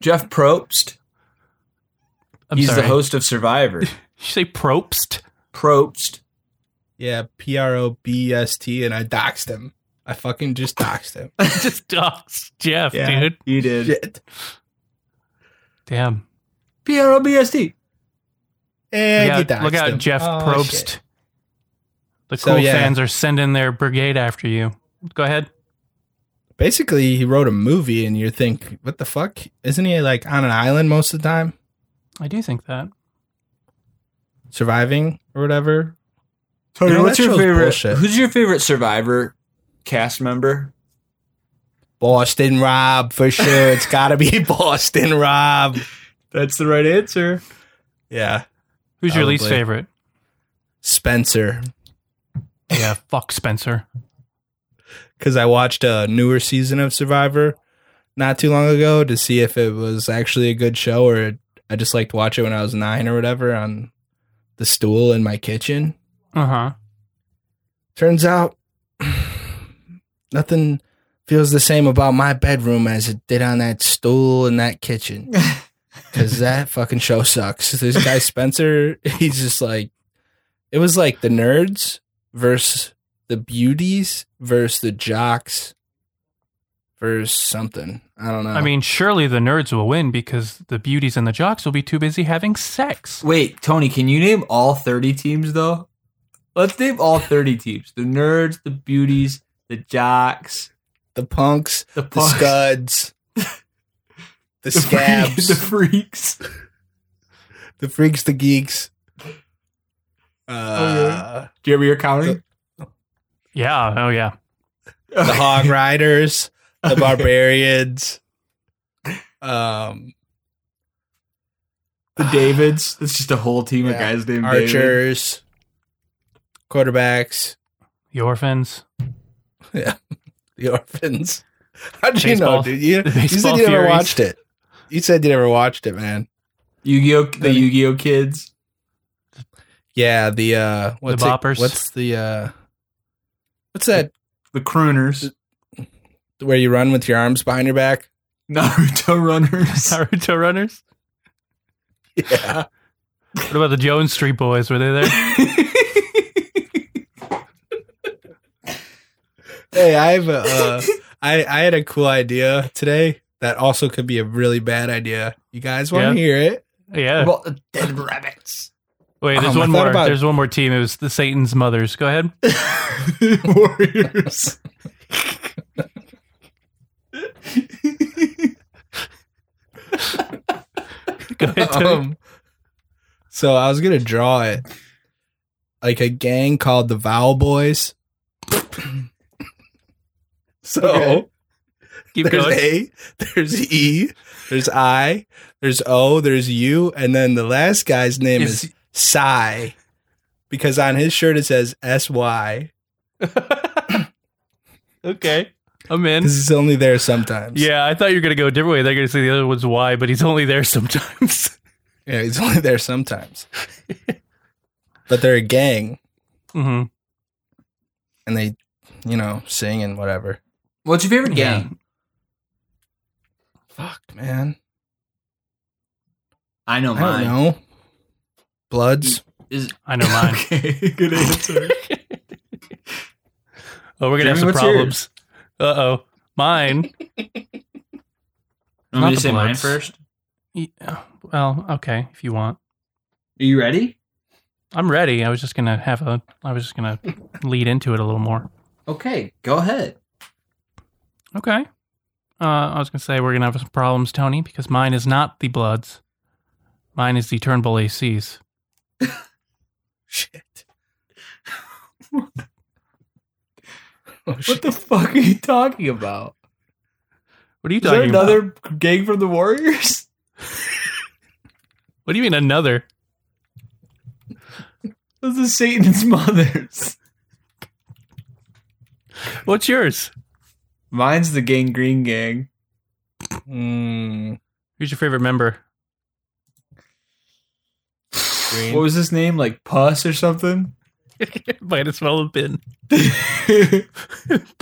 [SPEAKER 2] Jeff Probst.
[SPEAKER 3] I'm
[SPEAKER 2] he's
[SPEAKER 3] sorry.
[SPEAKER 2] the host of Survivor.
[SPEAKER 3] You say Probst?
[SPEAKER 2] Probst.
[SPEAKER 1] Yeah. P R O B S T. And I doxed him. I fucking just doxed him.
[SPEAKER 3] Just dogs Jeff,
[SPEAKER 1] Yeah.
[SPEAKER 3] dude.
[SPEAKER 2] You did.
[SPEAKER 1] Shit.
[SPEAKER 3] Damn.
[SPEAKER 2] P R O B S T.
[SPEAKER 1] And you
[SPEAKER 3] look out,
[SPEAKER 1] doxed
[SPEAKER 3] look out
[SPEAKER 1] him.
[SPEAKER 3] Jeff
[SPEAKER 1] Oh,
[SPEAKER 3] Probst.
[SPEAKER 1] shit.
[SPEAKER 3] The
[SPEAKER 1] So,
[SPEAKER 3] cool
[SPEAKER 1] yeah.
[SPEAKER 3] fans are sending their brigade after you. Go ahead.
[SPEAKER 1] Basically, he wrote a movie, and you think, what the fuck? Isn't he like on an island most of the time?
[SPEAKER 3] I do think that.
[SPEAKER 1] surviving or whatever.
[SPEAKER 2] Tony,
[SPEAKER 1] No,
[SPEAKER 2] what's
[SPEAKER 1] that
[SPEAKER 2] your
[SPEAKER 1] show's
[SPEAKER 2] favorite?
[SPEAKER 1] bullshit.
[SPEAKER 2] Who's your favorite Survivor cast member?
[SPEAKER 1] Boston Rob for sure. It's got to be Boston Rob.
[SPEAKER 2] That's the right answer.
[SPEAKER 1] Yeah,
[SPEAKER 3] Who's your least
[SPEAKER 1] Probably.
[SPEAKER 3] favorite?
[SPEAKER 1] Spencer.
[SPEAKER 3] Yeah, fuck Spencer.
[SPEAKER 1] Because I watched a newer season of Survivor not too long ago to see if it was actually a good show or it, I just liked to watch it when I was nine or whatever on the stool in my kitchen.
[SPEAKER 3] Uh huh.
[SPEAKER 1] Turns out nothing feels the same about my bedroom as it did on that stool in that kitchen. Cause that fucking show sucks. This guy Spencer, he's just like it was like the nerds versus the beauties versus the jocks versus something. I don't know.
[SPEAKER 3] I mean, surely the nerds will win because the beauties and the jocks will be too busy having sex.
[SPEAKER 2] Wait, Tony, can you name all 30 teams though? Let's name all 30 teams. The nerds, the beauties, the jocks,
[SPEAKER 1] the punks,
[SPEAKER 2] the
[SPEAKER 1] the
[SPEAKER 2] punks,
[SPEAKER 1] scuds, the
[SPEAKER 2] the
[SPEAKER 1] scabs,
[SPEAKER 2] freaks, the freaks.
[SPEAKER 1] the freaks, the geeks. Uh,
[SPEAKER 2] yeah. Do you remember your counting?
[SPEAKER 3] Yeah. Oh yeah.
[SPEAKER 1] the hog riders, the barbarians, um,
[SPEAKER 2] The Davids. That's just a whole team of
[SPEAKER 1] Yeah.
[SPEAKER 2] guys named David.
[SPEAKER 1] archers, quarterbacks,
[SPEAKER 3] The orphans.
[SPEAKER 1] the orphans. How did
[SPEAKER 3] Baseball-
[SPEAKER 1] you know, dude? You,
[SPEAKER 3] the
[SPEAKER 1] you said
[SPEAKER 3] baseball
[SPEAKER 1] you never
[SPEAKER 3] Furies.
[SPEAKER 1] watched it. You said you never watched it, man.
[SPEAKER 2] Yu-Gi-Oh! The
[SPEAKER 1] Tony.
[SPEAKER 2] Yu-Gi-Oh! kids.
[SPEAKER 1] Yeah, the uh, what's it-
[SPEAKER 3] boppers.
[SPEAKER 1] what's the uh, what's that
[SPEAKER 2] The crooners.
[SPEAKER 1] where you run with your arms behind your back?
[SPEAKER 2] Naruto runners.
[SPEAKER 3] Naruto runners.
[SPEAKER 1] Yeah,
[SPEAKER 3] What about the Jones Street Boys? Were they there?
[SPEAKER 1] hey, I have a, uh, I I had a cool idea today that also could be a really bad idea. You guys want to
[SPEAKER 3] Yeah.
[SPEAKER 1] hear it?
[SPEAKER 3] Yeah.
[SPEAKER 2] About the dead rabbits.
[SPEAKER 3] Wait,
[SPEAKER 1] Um,
[SPEAKER 3] there's
[SPEAKER 1] I
[SPEAKER 3] one
[SPEAKER 1] thought
[SPEAKER 3] more.
[SPEAKER 1] about-
[SPEAKER 3] There's one more team. It was the Satan's mothers. Go ahead.
[SPEAKER 2] Warriors.
[SPEAKER 3] Go ahead. Tony.
[SPEAKER 1] um, so I was gonna draw it like a gang called the Vowel Boys. so
[SPEAKER 2] Okay.
[SPEAKER 3] Keep
[SPEAKER 1] there's
[SPEAKER 3] going.
[SPEAKER 1] A, there's E, there's I, there's O, there's U, and then the last guy's name
[SPEAKER 2] Is-
[SPEAKER 1] is Psy because on his shirt it says S Y
[SPEAKER 3] okay. I'm in.
[SPEAKER 1] because he's only there sometimes.
[SPEAKER 3] Yeah, I thought you were gonna go a different way. They're gonna say the other one's why, but he's only there sometimes.
[SPEAKER 1] yeah, he's only there sometimes. but they're a gang
[SPEAKER 3] hmm
[SPEAKER 1] and they, you know, sing and whatever.
[SPEAKER 2] What's your favorite
[SPEAKER 3] Yeah.
[SPEAKER 2] game?
[SPEAKER 1] Fuck, man.
[SPEAKER 2] I know
[SPEAKER 1] I don't know. Bloods.
[SPEAKER 3] Mm.
[SPEAKER 2] Is
[SPEAKER 3] I know mine.
[SPEAKER 2] okay. Good answer.
[SPEAKER 3] Oh, we're gonna have
[SPEAKER 2] Jeremy,
[SPEAKER 3] some
[SPEAKER 2] what's
[SPEAKER 3] problems. Uh oh, mine.
[SPEAKER 2] Want
[SPEAKER 3] Not
[SPEAKER 2] me
[SPEAKER 3] the
[SPEAKER 2] to say mine
[SPEAKER 3] Bloods.
[SPEAKER 2] first?
[SPEAKER 3] Yeah, well, okay, if you want,
[SPEAKER 2] Are you ready?
[SPEAKER 3] I'm ready. I was just gonna have a. I was just gonna lead into it a little more.
[SPEAKER 2] Okay, go ahead.
[SPEAKER 3] Okay. Uh, I was gonna say we're gonna have some problems, Tony, because mine is not the Bloods. Mine is the Turnbull ACs.
[SPEAKER 1] Shit. oh,
[SPEAKER 2] What
[SPEAKER 1] shit.
[SPEAKER 2] the fuck are you talking about?
[SPEAKER 3] What are you
[SPEAKER 2] Is there
[SPEAKER 3] talking
[SPEAKER 2] another
[SPEAKER 3] about?
[SPEAKER 2] gang from the Warriors?
[SPEAKER 3] What do you mean another?
[SPEAKER 2] Those are Satan's mothers.
[SPEAKER 3] What's yours?
[SPEAKER 2] Mine's the Gang Green Gang.
[SPEAKER 1] Mm,
[SPEAKER 3] Who's your favorite member?
[SPEAKER 1] green.
[SPEAKER 2] What
[SPEAKER 3] Oh,
[SPEAKER 2] was his name? Like Puss or something?
[SPEAKER 3] Might as well have been
[SPEAKER 2] the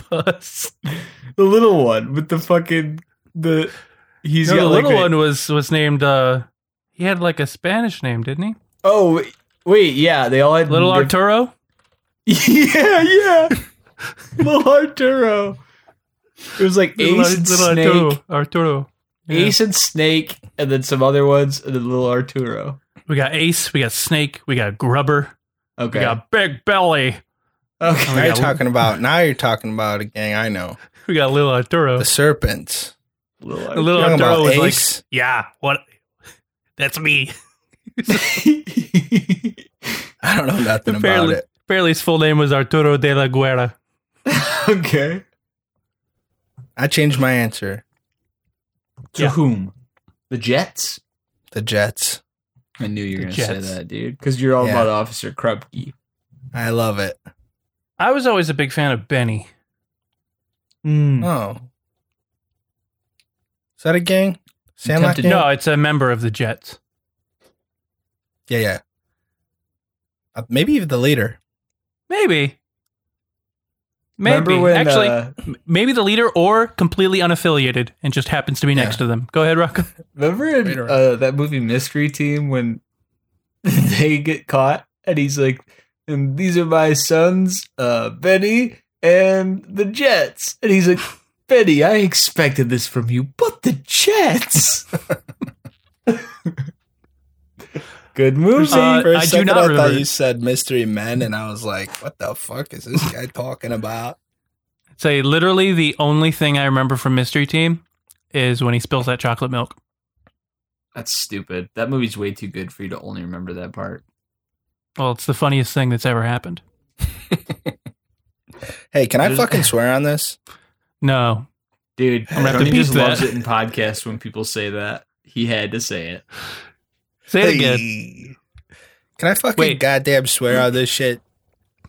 [SPEAKER 3] Buzz.
[SPEAKER 2] little one with the fucking the. He's
[SPEAKER 3] No,
[SPEAKER 2] got
[SPEAKER 3] the
[SPEAKER 2] like
[SPEAKER 3] little
[SPEAKER 2] a-
[SPEAKER 3] one was was named. uh He had like a Spanish name, didn't he?
[SPEAKER 2] Oh wait- wait, yeah, they all had
[SPEAKER 3] Little
[SPEAKER 2] diff-
[SPEAKER 3] Arturo.
[SPEAKER 2] Yeah, yeah. Little Arturo. It was like
[SPEAKER 3] Little
[SPEAKER 2] Ace
[SPEAKER 3] Ar-
[SPEAKER 2] and
[SPEAKER 3] little
[SPEAKER 2] Snake,
[SPEAKER 3] Arturo. Arturo. Yeah.
[SPEAKER 2] Ace and Snake, and then some other ones, and then Little Arturo.
[SPEAKER 3] We got Ace. We got Snake. We got Grubber.
[SPEAKER 2] Okay.
[SPEAKER 3] We got Big Belly.
[SPEAKER 2] okay.
[SPEAKER 1] now
[SPEAKER 3] yeah,
[SPEAKER 1] you're
[SPEAKER 3] we-
[SPEAKER 1] talking about now you're talking about a gang I know.
[SPEAKER 3] We got Little Arturo.
[SPEAKER 1] The serpents.
[SPEAKER 2] Little
[SPEAKER 3] The little
[SPEAKER 1] Talking
[SPEAKER 3] Arturo
[SPEAKER 1] about
[SPEAKER 3] was
[SPEAKER 1] Ace.
[SPEAKER 3] like, "Yeah, what? That's me."
[SPEAKER 1] I don't know nothing
[SPEAKER 3] Apparently,
[SPEAKER 1] about it.
[SPEAKER 3] apparently his full name was Arturo de la Guerra.
[SPEAKER 2] okay.
[SPEAKER 1] I changed my answer.
[SPEAKER 2] To
[SPEAKER 3] Yeah.
[SPEAKER 2] whom? The Jets?
[SPEAKER 1] The Jets.
[SPEAKER 2] I knew you were going
[SPEAKER 3] The
[SPEAKER 2] to say
[SPEAKER 3] Jets.
[SPEAKER 2] that, dude. Because you're all
[SPEAKER 1] Yeah.
[SPEAKER 2] about Officer Krupke.
[SPEAKER 1] I love it.
[SPEAKER 3] I was always a big fan of Benny.
[SPEAKER 2] Mm.
[SPEAKER 3] Hmm.
[SPEAKER 1] Oh. Is that a gang? Sandlot
[SPEAKER 2] Tempted-
[SPEAKER 1] gang?
[SPEAKER 3] No, it's a member of the Jets.
[SPEAKER 1] Yeah, yeah. Uh, maybe even the leader.
[SPEAKER 3] Maybe.
[SPEAKER 2] Remember
[SPEAKER 3] Maybe.
[SPEAKER 2] when,
[SPEAKER 3] Actually,
[SPEAKER 2] uh,
[SPEAKER 3] m- maybe the leader or completely unaffiliated and just happens to be
[SPEAKER 1] Yeah.
[SPEAKER 3] next to them. Go ahead, Rocco.
[SPEAKER 2] Remember in,
[SPEAKER 1] Radar.
[SPEAKER 2] uh, that movie Mystery Team when they get caught and he's like, and these are my sons, uh, Benny and the Jets. And he's like, Benny, I expected this from you, but the Jets. Good movie.
[SPEAKER 3] Uh,
[SPEAKER 1] For a
[SPEAKER 3] I do
[SPEAKER 1] second,
[SPEAKER 3] not
[SPEAKER 1] I
[SPEAKER 3] remember.
[SPEAKER 1] thought you said mystery men, and I was like, "What the fuck is this guy talking about?"
[SPEAKER 3] Say, literally, the only thing I remember from Mystery Team is when he spills that chocolate milk.
[SPEAKER 2] That's stupid. That movie's way too good for you to only remember that part.
[SPEAKER 3] Well, it's the funniest thing that's ever happened.
[SPEAKER 1] Hey, can I
[SPEAKER 2] There's-
[SPEAKER 1] fucking swear on this?
[SPEAKER 3] No.
[SPEAKER 2] Dude,
[SPEAKER 1] I'm gonna have
[SPEAKER 3] to
[SPEAKER 2] Tony
[SPEAKER 3] beep
[SPEAKER 2] just
[SPEAKER 3] that.
[SPEAKER 2] loves it in podcasts when people say that. He had to say it.
[SPEAKER 3] Say it again.
[SPEAKER 1] Hey. Can I fucking
[SPEAKER 3] Wait.
[SPEAKER 1] goddamn swear on this shit?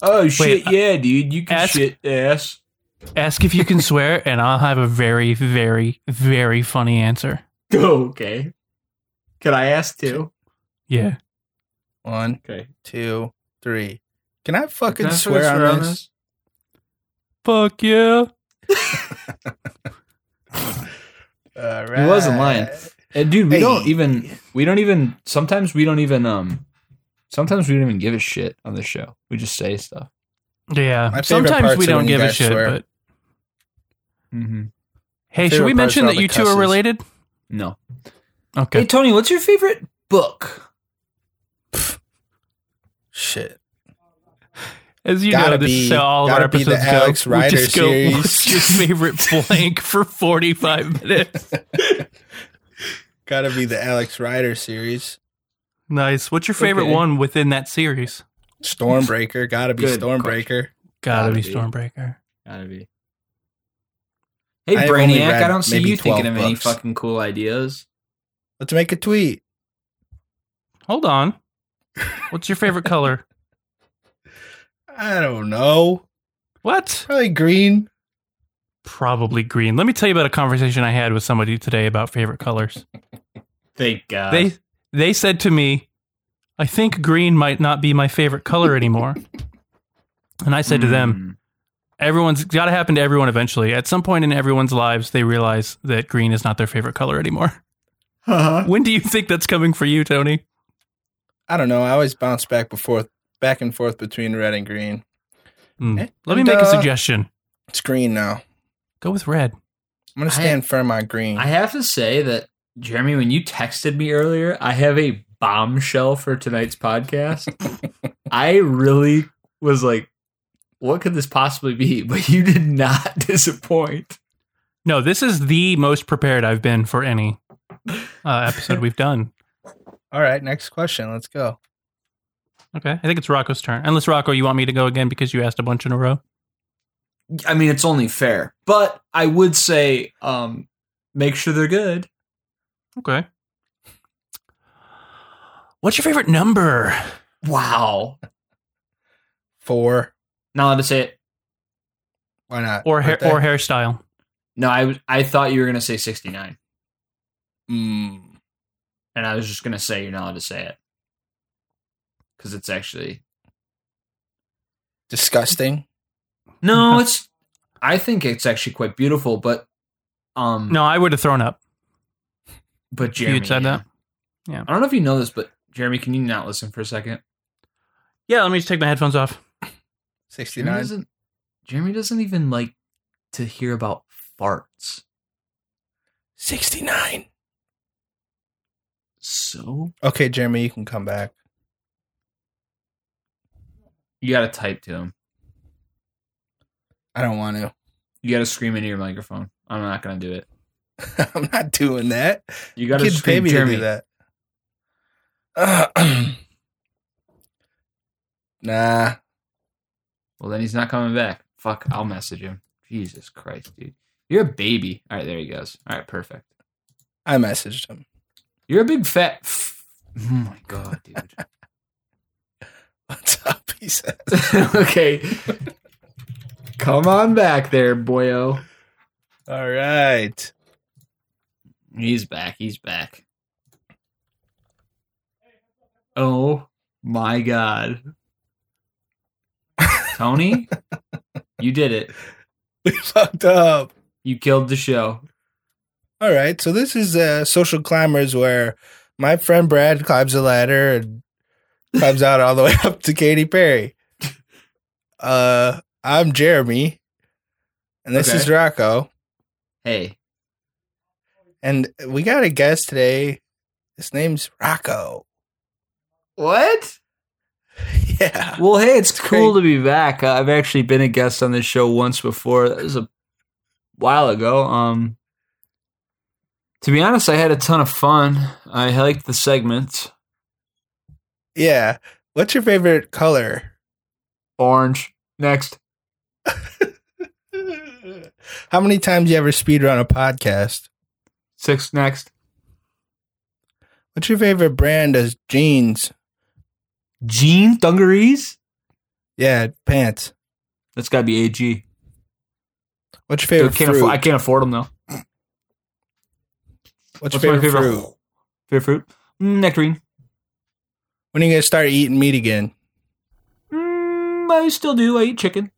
[SPEAKER 2] Oh, shit.
[SPEAKER 3] I-
[SPEAKER 2] yeah, dude. You can
[SPEAKER 3] Ask-
[SPEAKER 2] shit ass.
[SPEAKER 3] Ask if you can swear, and I'll have a very, very, very funny answer.
[SPEAKER 2] Oh, okay. Can I ask too?
[SPEAKER 3] Yeah.
[SPEAKER 1] One,
[SPEAKER 2] Okay.
[SPEAKER 1] two, three. Can I fucking swear on this?
[SPEAKER 3] Fuck yeah.
[SPEAKER 1] All
[SPEAKER 2] He wasn't lying.
[SPEAKER 1] right.
[SPEAKER 2] And dude, we
[SPEAKER 1] Hey.
[SPEAKER 2] don't even we don't even sometimes we don't even um sometimes we don't even give a shit on this show. We just say stuff.
[SPEAKER 3] Yeah.
[SPEAKER 1] My favorite
[SPEAKER 3] Sometimes
[SPEAKER 1] parts
[SPEAKER 3] we
[SPEAKER 1] are
[SPEAKER 3] don't
[SPEAKER 1] when you
[SPEAKER 3] give a
[SPEAKER 1] guys
[SPEAKER 3] shit,
[SPEAKER 1] swear.
[SPEAKER 3] but
[SPEAKER 2] Mm-hmm.
[SPEAKER 3] hey, should
[SPEAKER 1] favorite
[SPEAKER 3] we
[SPEAKER 1] parts
[SPEAKER 3] mention
[SPEAKER 1] are all
[SPEAKER 3] that
[SPEAKER 1] the
[SPEAKER 3] you two are
[SPEAKER 1] cusses.
[SPEAKER 3] related?
[SPEAKER 2] No.
[SPEAKER 3] Okay.
[SPEAKER 2] Tony, what's your favorite book?
[SPEAKER 1] Shit.
[SPEAKER 3] As you
[SPEAKER 1] Gotta
[SPEAKER 3] know, this
[SPEAKER 1] be-
[SPEAKER 3] is how all of
[SPEAKER 1] gotta
[SPEAKER 3] our
[SPEAKER 1] be
[SPEAKER 3] episodes
[SPEAKER 1] the
[SPEAKER 3] go.
[SPEAKER 1] Alex
[SPEAKER 3] we
[SPEAKER 1] Rider
[SPEAKER 3] just go,
[SPEAKER 1] series.
[SPEAKER 3] what's your favorite blank for 45 minutes?
[SPEAKER 1] Gotta be the Alex Rider series.
[SPEAKER 3] Nice. What's your favorite
[SPEAKER 2] Okay.
[SPEAKER 3] one within that series?
[SPEAKER 1] Stormbreaker. Gotta be
[SPEAKER 2] Good
[SPEAKER 1] Stormbreaker.
[SPEAKER 3] Gotta,
[SPEAKER 2] Gotta
[SPEAKER 3] be
[SPEAKER 2] be.
[SPEAKER 3] Stormbreaker.
[SPEAKER 2] Gotta be. Hey
[SPEAKER 1] I have only
[SPEAKER 2] Brainiac, I
[SPEAKER 1] read
[SPEAKER 2] don't see
[SPEAKER 1] maybe
[SPEAKER 2] you thinking
[SPEAKER 1] 12
[SPEAKER 2] of any
[SPEAKER 1] books.
[SPEAKER 2] fucking cool ideas.
[SPEAKER 1] Let's make a tweet.
[SPEAKER 3] Hold on. What's your favorite color?
[SPEAKER 1] I don't know.
[SPEAKER 3] What?
[SPEAKER 1] Probably green.
[SPEAKER 3] Probably green. Let me tell you about a conversation I had with somebody today about favorite colors.
[SPEAKER 2] Thank God.
[SPEAKER 3] they they said to me, "I think green might not be my favorite color anymore." and I said to
[SPEAKER 2] Hmm.
[SPEAKER 3] them, everyone's got to happen to everyone eventually. At some point in everyone's lives, they realize that green is not their favorite color anymore.
[SPEAKER 2] Uh-huh.
[SPEAKER 3] When do you think that's coming for you, Tony?
[SPEAKER 1] I don't know. I always bounce back and forth, back and forth between red and green.
[SPEAKER 3] Hmm.
[SPEAKER 1] Eh,
[SPEAKER 3] Let me
[SPEAKER 1] and,
[SPEAKER 3] make a
[SPEAKER 1] uh,
[SPEAKER 3] suggestion.
[SPEAKER 1] It's green now.
[SPEAKER 3] Go with red.
[SPEAKER 1] I'm gonna
[SPEAKER 2] I-
[SPEAKER 1] stand firm on green.
[SPEAKER 2] I have to say that Jeremy, when you texted me earlier, I have a bombshell for tonight's podcast. I really was like, "What could this possibly be?" But you did not disappoint.
[SPEAKER 3] No, this is the most prepared I've been for any uh, episode we've done.
[SPEAKER 1] All right, next question. Let's go.
[SPEAKER 3] Okay, I think it's Rocco's turn. Unless Rocco, you want me to go again because you asked a bunch in a row.
[SPEAKER 2] I mean, it's only fair, but I would say, um, make sure they're good.
[SPEAKER 3] Okay. What's your favorite number?
[SPEAKER 2] Wow!
[SPEAKER 1] Four.
[SPEAKER 2] Not allowed to say it.
[SPEAKER 1] Why not?
[SPEAKER 3] Or hair,
[SPEAKER 1] Birthday?
[SPEAKER 3] or hairstyle?
[SPEAKER 2] No, I was- I thought you were gonna say sixty nine,
[SPEAKER 1] Mm,
[SPEAKER 2] and I was just gonna say you're not allowed to say it because it's actually
[SPEAKER 1] disgusting.
[SPEAKER 2] No, it's. I think it's actually quite beautiful, but um,
[SPEAKER 3] No, I would have thrown up.
[SPEAKER 2] but
[SPEAKER 3] if
[SPEAKER 2] Jeremy
[SPEAKER 3] you'd said
[SPEAKER 2] yeah.
[SPEAKER 3] that. Yeah.
[SPEAKER 2] I don't know if you know this, but Jeremy, can you not listen for a second?
[SPEAKER 3] Yeah, let me just take my headphones off.
[SPEAKER 1] Sixty
[SPEAKER 2] Jeremy
[SPEAKER 1] nine.
[SPEAKER 2] doesn't. Jeremy doesn't even like to hear about farts.
[SPEAKER 1] Sixty nine.
[SPEAKER 2] So
[SPEAKER 1] Okay, Jeremy, you can come back.
[SPEAKER 2] you got to type to him.
[SPEAKER 1] I don't want to.
[SPEAKER 2] You got to scream into your microphone. I'm not gonna do it.
[SPEAKER 1] I'm not doing that.
[SPEAKER 2] You
[SPEAKER 1] You
[SPEAKER 2] got to
[SPEAKER 1] Kids pay
[SPEAKER 2] scream,
[SPEAKER 1] me
[SPEAKER 2] Jeremy.
[SPEAKER 1] to do that. nah.
[SPEAKER 2] Well, then he's not coming back. Fuck, I'll message him. Jesus Christ, dude. You're a baby. All right, there he goes. All right, perfect.
[SPEAKER 1] I messaged him.
[SPEAKER 2] You're a big fat. F- oh my God, dude.
[SPEAKER 1] What's up? He said.
[SPEAKER 2] okay. Come on back there, boyo.
[SPEAKER 1] All right.
[SPEAKER 2] He's back. He's back. Oh my God. Tony, you did it.
[SPEAKER 1] We fucked up.
[SPEAKER 2] You killed the show.
[SPEAKER 1] All right. So this is uh, social climbers where my friend Brad climbs a ladder and climbs out all the way up to Katy Perry. Uh, I'm Jeremy, and this
[SPEAKER 2] Okay.
[SPEAKER 1] is Rocco,
[SPEAKER 2] Hey,
[SPEAKER 1] and we got a guest today. His name's Rocco.
[SPEAKER 2] what?
[SPEAKER 1] Yeah.
[SPEAKER 2] Well, hey, it's,
[SPEAKER 1] It's
[SPEAKER 2] cool to be back. Uh, I've actually been a guest on this show once before. That was a while ago. Um, to be honest, I had a ton of fun. I liked the segment.
[SPEAKER 1] Yeah. What's your favorite color?
[SPEAKER 2] Orange. Next.
[SPEAKER 1] How many times you ever speed run a podcast?
[SPEAKER 2] Six. Next.
[SPEAKER 1] What's your favorite brand of jeans?
[SPEAKER 2] Jean dungarees.
[SPEAKER 1] Yeah, pants.
[SPEAKER 2] That's got to be AG.
[SPEAKER 1] What's your favorite
[SPEAKER 2] Dude, can't
[SPEAKER 1] fruit?
[SPEAKER 2] afford, I can't afford them though.
[SPEAKER 1] What's your
[SPEAKER 2] What's my
[SPEAKER 1] favorite,
[SPEAKER 2] favorite
[SPEAKER 1] fruit?
[SPEAKER 2] Favorite fruit? Mm, nectarine.
[SPEAKER 1] When are you gonna start eating meat again?
[SPEAKER 2] Mm, I still do. I eat chicken.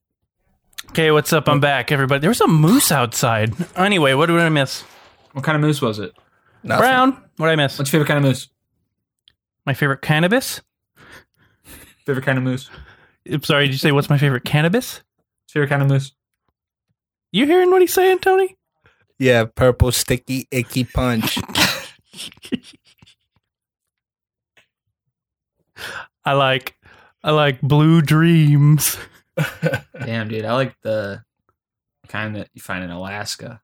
[SPEAKER 3] Okay, what's up? I'm back, everybody. There was a moose outside. Anyway, what did I miss?
[SPEAKER 2] What kind of moose was it?
[SPEAKER 1] Nothing.
[SPEAKER 3] Brown. What did I miss?
[SPEAKER 2] What's your favorite kind of moose?
[SPEAKER 3] My favorite cannabis.
[SPEAKER 2] Favorite kind of moose? What's
[SPEAKER 3] I'm sorry. Did you say what's my favorite cannabis?
[SPEAKER 2] your favorite kind of moose?
[SPEAKER 3] You hearing what he's saying, Tony?
[SPEAKER 1] Yeah, purple sticky icky punch.
[SPEAKER 3] I like, I like blue dreams.
[SPEAKER 2] Damn, dude, I like the kind that you find in Alaska.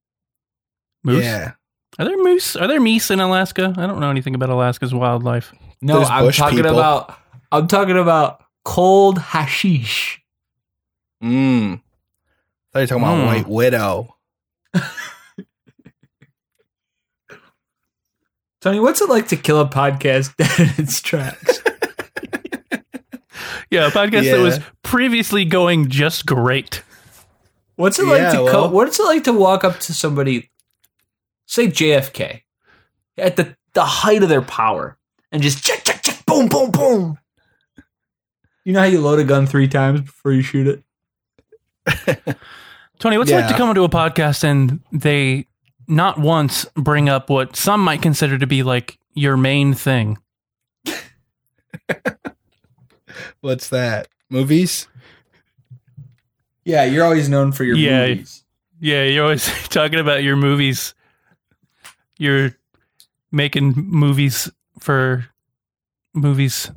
[SPEAKER 3] Moose.
[SPEAKER 1] Yeah.
[SPEAKER 3] Are there moose? Are there meese in Alaska? I don't know anything about Alaska's wildlife.
[SPEAKER 2] No,
[SPEAKER 1] Those
[SPEAKER 2] I'm
[SPEAKER 1] bush
[SPEAKER 2] talking
[SPEAKER 1] people.
[SPEAKER 2] about I'm talking about cold hashish.
[SPEAKER 1] Mmm. Thought you were talking about
[SPEAKER 3] Mm.
[SPEAKER 1] White Widow.
[SPEAKER 2] Tony, what's it like to kill a podcast dead in its tracks?
[SPEAKER 3] Yeah, a podcast
[SPEAKER 1] Yeah.
[SPEAKER 3] that was previously going just great.
[SPEAKER 2] What's it like
[SPEAKER 1] Yeah,
[SPEAKER 2] to
[SPEAKER 1] well-
[SPEAKER 2] co- what's it like to walk up to somebody say JFK at the, the height of their power and just check check check boom boom boom. You know how you load a gun three times before you shoot it?
[SPEAKER 3] Tony, what's it like
[SPEAKER 1] Yeah.
[SPEAKER 3] to come into a podcast and they not once bring up what some might consider to be like your main thing?
[SPEAKER 1] What's that? Movies?
[SPEAKER 2] Yeah, you're always known for your
[SPEAKER 3] Yeah.
[SPEAKER 2] movies.
[SPEAKER 3] Yeah, you're always talking about your movies. You're making movies for movies.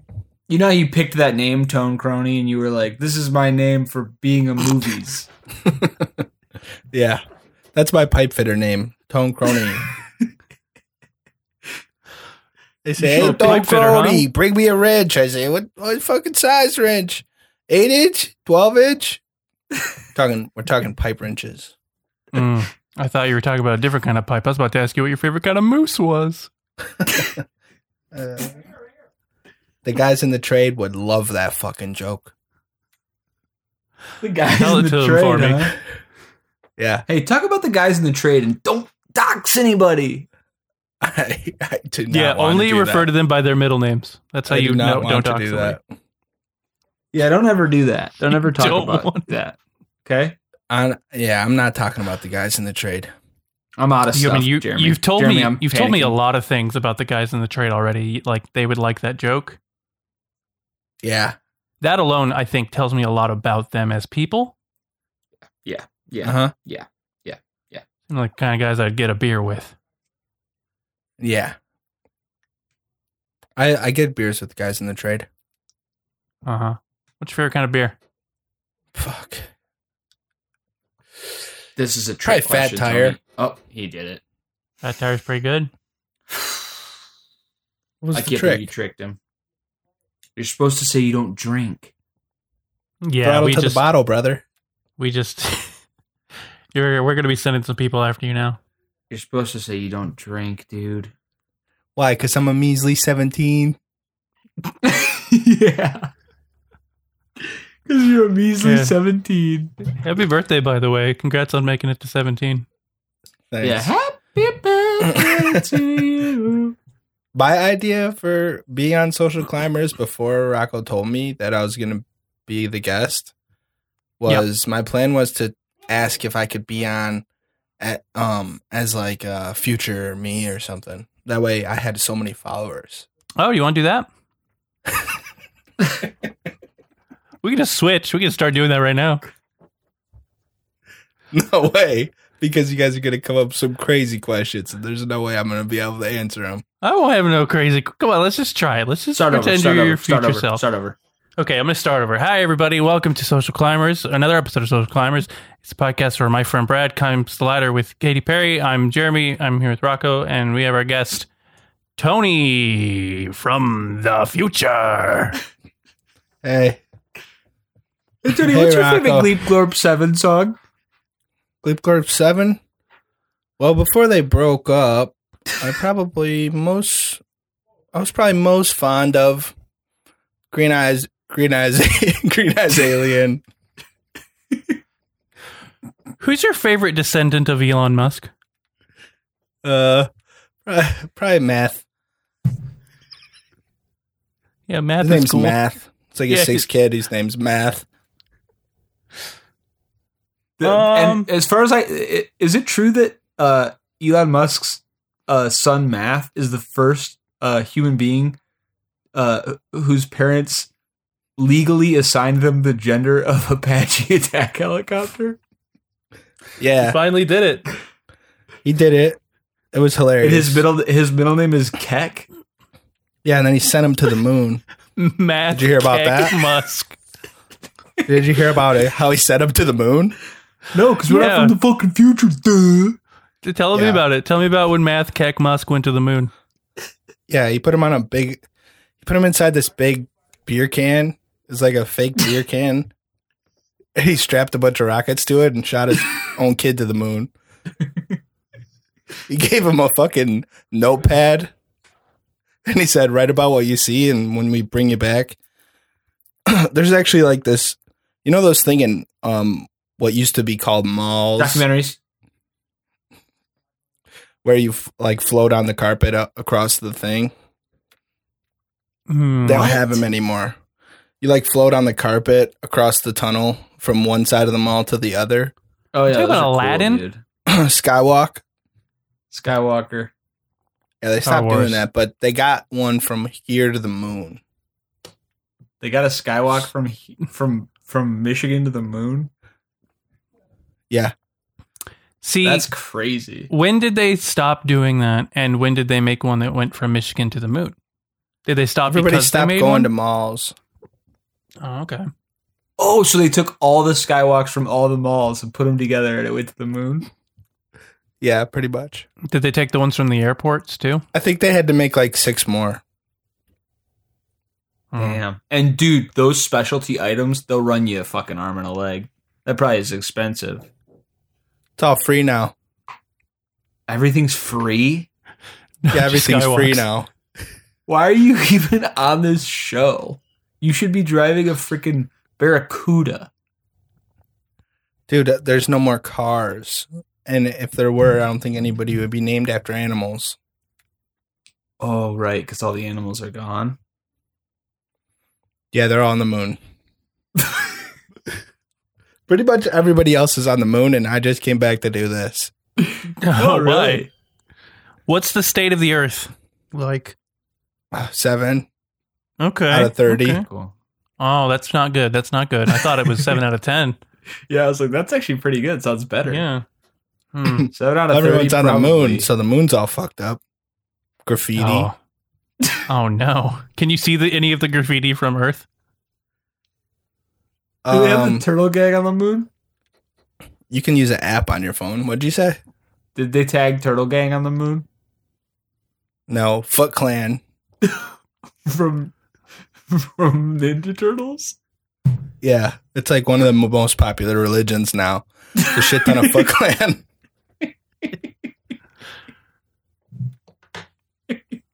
[SPEAKER 2] You know how you picked that name, Tone Crony, and you were like, "This is my name for being a movies."
[SPEAKER 1] Yeah. That's my pipe fitter name, Tone Crony. they say,
[SPEAKER 3] You're
[SPEAKER 1] hey,
[SPEAKER 3] a
[SPEAKER 1] Tone
[SPEAKER 3] pipe fitter, huh?"
[SPEAKER 1] Crony, bring me a wrench. I say, what, what fucking size wrench? Eight inch? Twelve inch? talking, we're talking pipe wrenches.
[SPEAKER 3] Mm, I thought you were talking about a different kind of pipe. I was about to ask you what your favorite kind of moose was.
[SPEAKER 1] Uh, the guys in the trade would love that fucking joke.
[SPEAKER 2] the guys
[SPEAKER 3] Tell
[SPEAKER 2] in
[SPEAKER 3] it to
[SPEAKER 2] the
[SPEAKER 3] them
[SPEAKER 2] trade.
[SPEAKER 3] for me.
[SPEAKER 2] huh?
[SPEAKER 1] Yeah,
[SPEAKER 2] Hey, talk about the guys in the trade and don't dox anybody.
[SPEAKER 1] I, I do not.
[SPEAKER 3] yeah,
[SPEAKER 1] want
[SPEAKER 3] only
[SPEAKER 1] to do
[SPEAKER 3] refer to them by their middle names. That's
[SPEAKER 1] that.
[SPEAKER 3] how
[SPEAKER 1] I
[SPEAKER 3] you
[SPEAKER 1] do
[SPEAKER 3] know,
[SPEAKER 1] not
[SPEAKER 3] don't
[SPEAKER 1] want
[SPEAKER 3] talk
[SPEAKER 1] to do
[SPEAKER 3] to them.
[SPEAKER 1] that.
[SPEAKER 2] Yeah, don't ever do that. Don't ever talk
[SPEAKER 3] Don't
[SPEAKER 2] about
[SPEAKER 3] want
[SPEAKER 2] that. Okay,
[SPEAKER 1] i yeah, I'm not talking about the guys in the trade.
[SPEAKER 2] I'm out of
[SPEAKER 3] You-
[SPEAKER 2] stuff.
[SPEAKER 3] I mean, you,
[SPEAKER 2] Jeremy.
[SPEAKER 3] you've told
[SPEAKER 2] Jeremy,
[SPEAKER 3] me
[SPEAKER 2] I'm
[SPEAKER 3] you've told me a
[SPEAKER 2] panicking.
[SPEAKER 3] lot of things about the guys in the trade already. Like they would like that joke.
[SPEAKER 1] Yeah,
[SPEAKER 3] That alone, I think, tells me a lot about them as people
[SPEAKER 2] Yeah,
[SPEAKER 1] uh huh,
[SPEAKER 3] and like kind of guys I'd get a beer with.
[SPEAKER 1] yeah. I I get beers with the guys in the trade.
[SPEAKER 3] Uh huh. What's your favorite kind of beer?
[SPEAKER 1] Fuck.
[SPEAKER 2] this is a
[SPEAKER 1] Try
[SPEAKER 2] trick
[SPEAKER 1] Fat
[SPEAKER 2] question,
[SPEAKER 1] Tire.
[SPEAKER 2] Tony. Oh, he did it.
[SPEAKER 3] That tire's pretty good.
[SPEAKER 1] What's
[SPEAKER 2] I
[SPEAKER 1] the
[SPEAKER 2] can't
[SPEAKER 1] trick?
[SPEAKER 2] believe you tricked him. You're supposed to say you don't drink.
[SPEAKER 3] Yeah,
[SPEAKER 1] Throttle
[SPEAKER 3] we
[SPEAKER 1] to
[SPEAKER 3] just
[SPEAKER 1] the bottle, brother.
[SPEAKER 3] we just you're we're gonna be sending some people after you now.
[SPEAKER 2] You're supposed to say you don't drink, dude.
[SPEAKER 1] Why? Because I'm a measly 17.
[SPEAKER 2] yeah. Because you're a measly
[SPEAKER 3] Yeah.
[SPEAKER 2] 17.
[SPEAKER 3] Happy birthday, by the way. Congrats on making it to seventeen.
[SPEAKER 1] Thanks.
[SPEAKER 2] Yeah. Happy birthday to you.
[SPEAKER 1] My idea for being on Social Climbers before Rocco told me that I was going to be the guest was my plan was to ask if I could be on at um as like uh future me or something. That way I had so many followers.
[SPEAKER 3] Oh, you want to do that? we can just switch. We can start doing that right now.
[SPEAKER 1] No way. Because you guys are going to come up with some crazy questions and there's no way I'm going to be able to answer them.
[SPEAKER 3] I won't have no crazy. Come on, let's just try it. Let's just
[SPEAKER 2] Start over.
[SPEAKER 3] pretend
[SPEAKER 2] Start
[SPEAKER 3] you're
[SPEAKER 2] over.
[SPEAKER 3] your
[SPEAKER 2] Start
[SPEAKER 3] future
[SPEAKER 2] over.
[SPEAKER 3] self.
[SPEAKER 2] Start over.
[SPEAKER 3] Okay, I'm going to start over. Hi, everybody. Welcome to Social Climbers, another episode of Social Climbers. It's a podcast where my friend Brad climbs the ladder with Katy Perry. I'm Jeremy. I'm here with Rocco, and we have our guest, Tony from the future.
[SPEAKER 1] Hey,
[SPEAKER 2] Hey, Tony,
[SPEAKER 1] Hey,
[SPEAKER 2] what's your favorite
[SPEAKER 1] Rocco.
[SPEAKER 2] Gleep Glorp 7 song?
[SPEAKER 1] Gleep Corp 7? Well, before they broke up, I probably most I was probably most fond of Green Eyes Green Eyes Green Eyes Alien.
[SPEAKER 3] Who's your favorite descendant of Elon Musk?
[SPEAKER 1] Uh pri- probably Math.
[SPEAKER 3] Yeah,
[SPEAKER 1] His
[SPEAKER 3] Matt is
[SPEAKER 1] name's
[SPEAKER 3] cool.
[SPEAKER 1] Math. It's like
[SPEAKER 3] Yeah.
[SPEAKER 1] a sixth kid, his name's Math.
[SPEAKER 2] The-
[SPEAKER 3] Um,
[SPEAKER 2] and as far as I, i- is it true that uh, Elon Musk's uh, son Math is the first uh, human being uh, whose parents legally assigned them the gender of Apache attack helicopter?
[SPEAKER 1] Yeah,
[SPEAKER 3] Finally did it.
[SPEAKER 1] he did it. It was
[SPEAKER 2] And
[SPEAKER 1] hilarious.
[SPEAKER 2] his middle his middle name is Keck.
[SPEAKER 1] yeah, and then he sent him to the moon.
[SPEAKER 3] Matt
[SPEAKER 1] Did you hear about
[SPEAKER 3] Keck
[SPEAKER 1] that?
[SPEAKER 3] Musk.
[SPEAKER 1] did you hear about it? How he sent him to the moon?
[SPEAKER 2] No, because we're
[SPEAKER 3] Yeah.
[SPEAKER 2] not from the fucking future. Duh.
[SPEAKER 3] Tell me
[SPEAKER 1] Yeah.
[SPEAKER 3] about it. Tell me about when Math Keck Musk went to the moon.
[SPEAKER 1] Yeah, he put him on a big. He put him inside this big beer can. It's like a fake beer can. And he strapped a bunch of rockets to it and shot his own kid to the moon. he gave him a fucking notepad, and he said, "Write about what you see, and when we bring you back." There's actually like this, you know, those thing in um what used to be called malls
[SPEAKER 2] Documentaries.
[SPEAKER 1] where you f- like float on the carpet up across the thing.
[SPEAKER 3] Hmm.
[SPEAKER 1] They don't have them anymore. You like float on the carpet across the tunnel from one side of the mall to the other.
[SPEAKER 2] Oh yeah,
[SPEAKER 3] Talking
[SPEAKER 2] those
[SPEAKER 3] about
[SPEAKER 2] are cool,
[SPEAKER 3] Aladdin?
[SPEAKER 2] dude.
[SPEAKER 1] Skywalk.
[SPEAKER 2] Skywalker.
[SPEAKER 1] Yeah, they
[SPEAKER 3] Star
[SPEAKER 1] stopped
[SPEAKER 3] Wars.
[SPEAKER 1] doing that, but they got one from here to the moon.
[SPEAKER 2] They got a skywalk from he- from from Michigan to the moon.
[SPEAKER 3] See,
[SPEAKER 2] That's crazy.
[SPEAKER 3] When did they stop doing that, and when did they make one that went from Michigan to the moon? Did they stop?
[SPEAKER 1] Everybody
[SPEAKER 3] because
[SPEAKER 1] stopped
[SPEAKER 3] they made
[SPEAKER 1] going
[SPEAKER 3] one?
[SPEAKER 1] to malls.
[SPEAKER 3] Oh, okay.
[SPEAKER 2] Oh, so they took all the skywalks from all the malls and put them together, and it went to the moon.
[SPEAKER 1] Yeah, pretty much.
[SPEAKER 3] Did they take the ones from the airports too?
[SPEAKER 1] I think they had to make like six more.
[SPEAKER 3] Hmm.
[SPEAKER 2] And dude, those specialty items, they'll run you a fucking arm and a leg. That probably is expensive.
[SPEAKER 1] It's all free now.
[SPEAKER 2] Everything's free.
[SPEAKER 1] Yeah, everything's free
[SPEAKER 3] Skywalks.
[SPEAKER 1] now.
[SPEAKER 2] Why are you even on this show? You should be driving a freaking Barracuda.
[SPEAKER 1] Dude, uh, there's no more cars. And if there were, I don't think anybody would be named after animals.
[SPEAKER 2] Oh right, because all the animals are gone.
[SPEAKER 1] Yeah, they're all on the moon. Pretty much everybody else is on the moon, and I just came back to do this.
[SPEAKER 3] Oh, right. What's the state of the Earth like?
[SPEAKER 1] Uh, Seven.
[SPEAKER 3] Okay.
[SPEAKER 1] Out of 30.
[SPEAKER 3] okay.
[SPEAKER 2] Cool.
[SPEAKER 3] Oh, that's not good. That's not good. I thought it was seven out of ten.
[SPEAKER 2] Yeah, I was like, that's actually pretty good. Sounds better.
[SPEAKER 3] Yeah. Hmm.
[SPEAKER 2] Seven out of
[SPEAKER 1] Everyone's
[SPEAKER 2] 30,
[SPEAKER 1] on the
[SPEAKER 2] probably.
[SPEAKER 1] moon, so the moon's all fucked up. Graffiti.
[SPEAKER 3] Oh. oh no! Can you see the, any of the graffiti from Earth?
[SPEAKER 2] Do they have
[SPEAKER 1] Um,
[SPEAKER 2] the turtle gag on the moon?
[SPEAKER 1] you can use an app on your phone. What'd you say?
[SPEAKER 2] Did they tag Turtle Gang on the moon?
[SPEAKER 1] No, Foot Clan.
[SPEAKER 2] from from Ninja Turtles.
[SPEAKER 1] Yeah, it's like one of the most popular religions now. The shit ton of Foot Clan.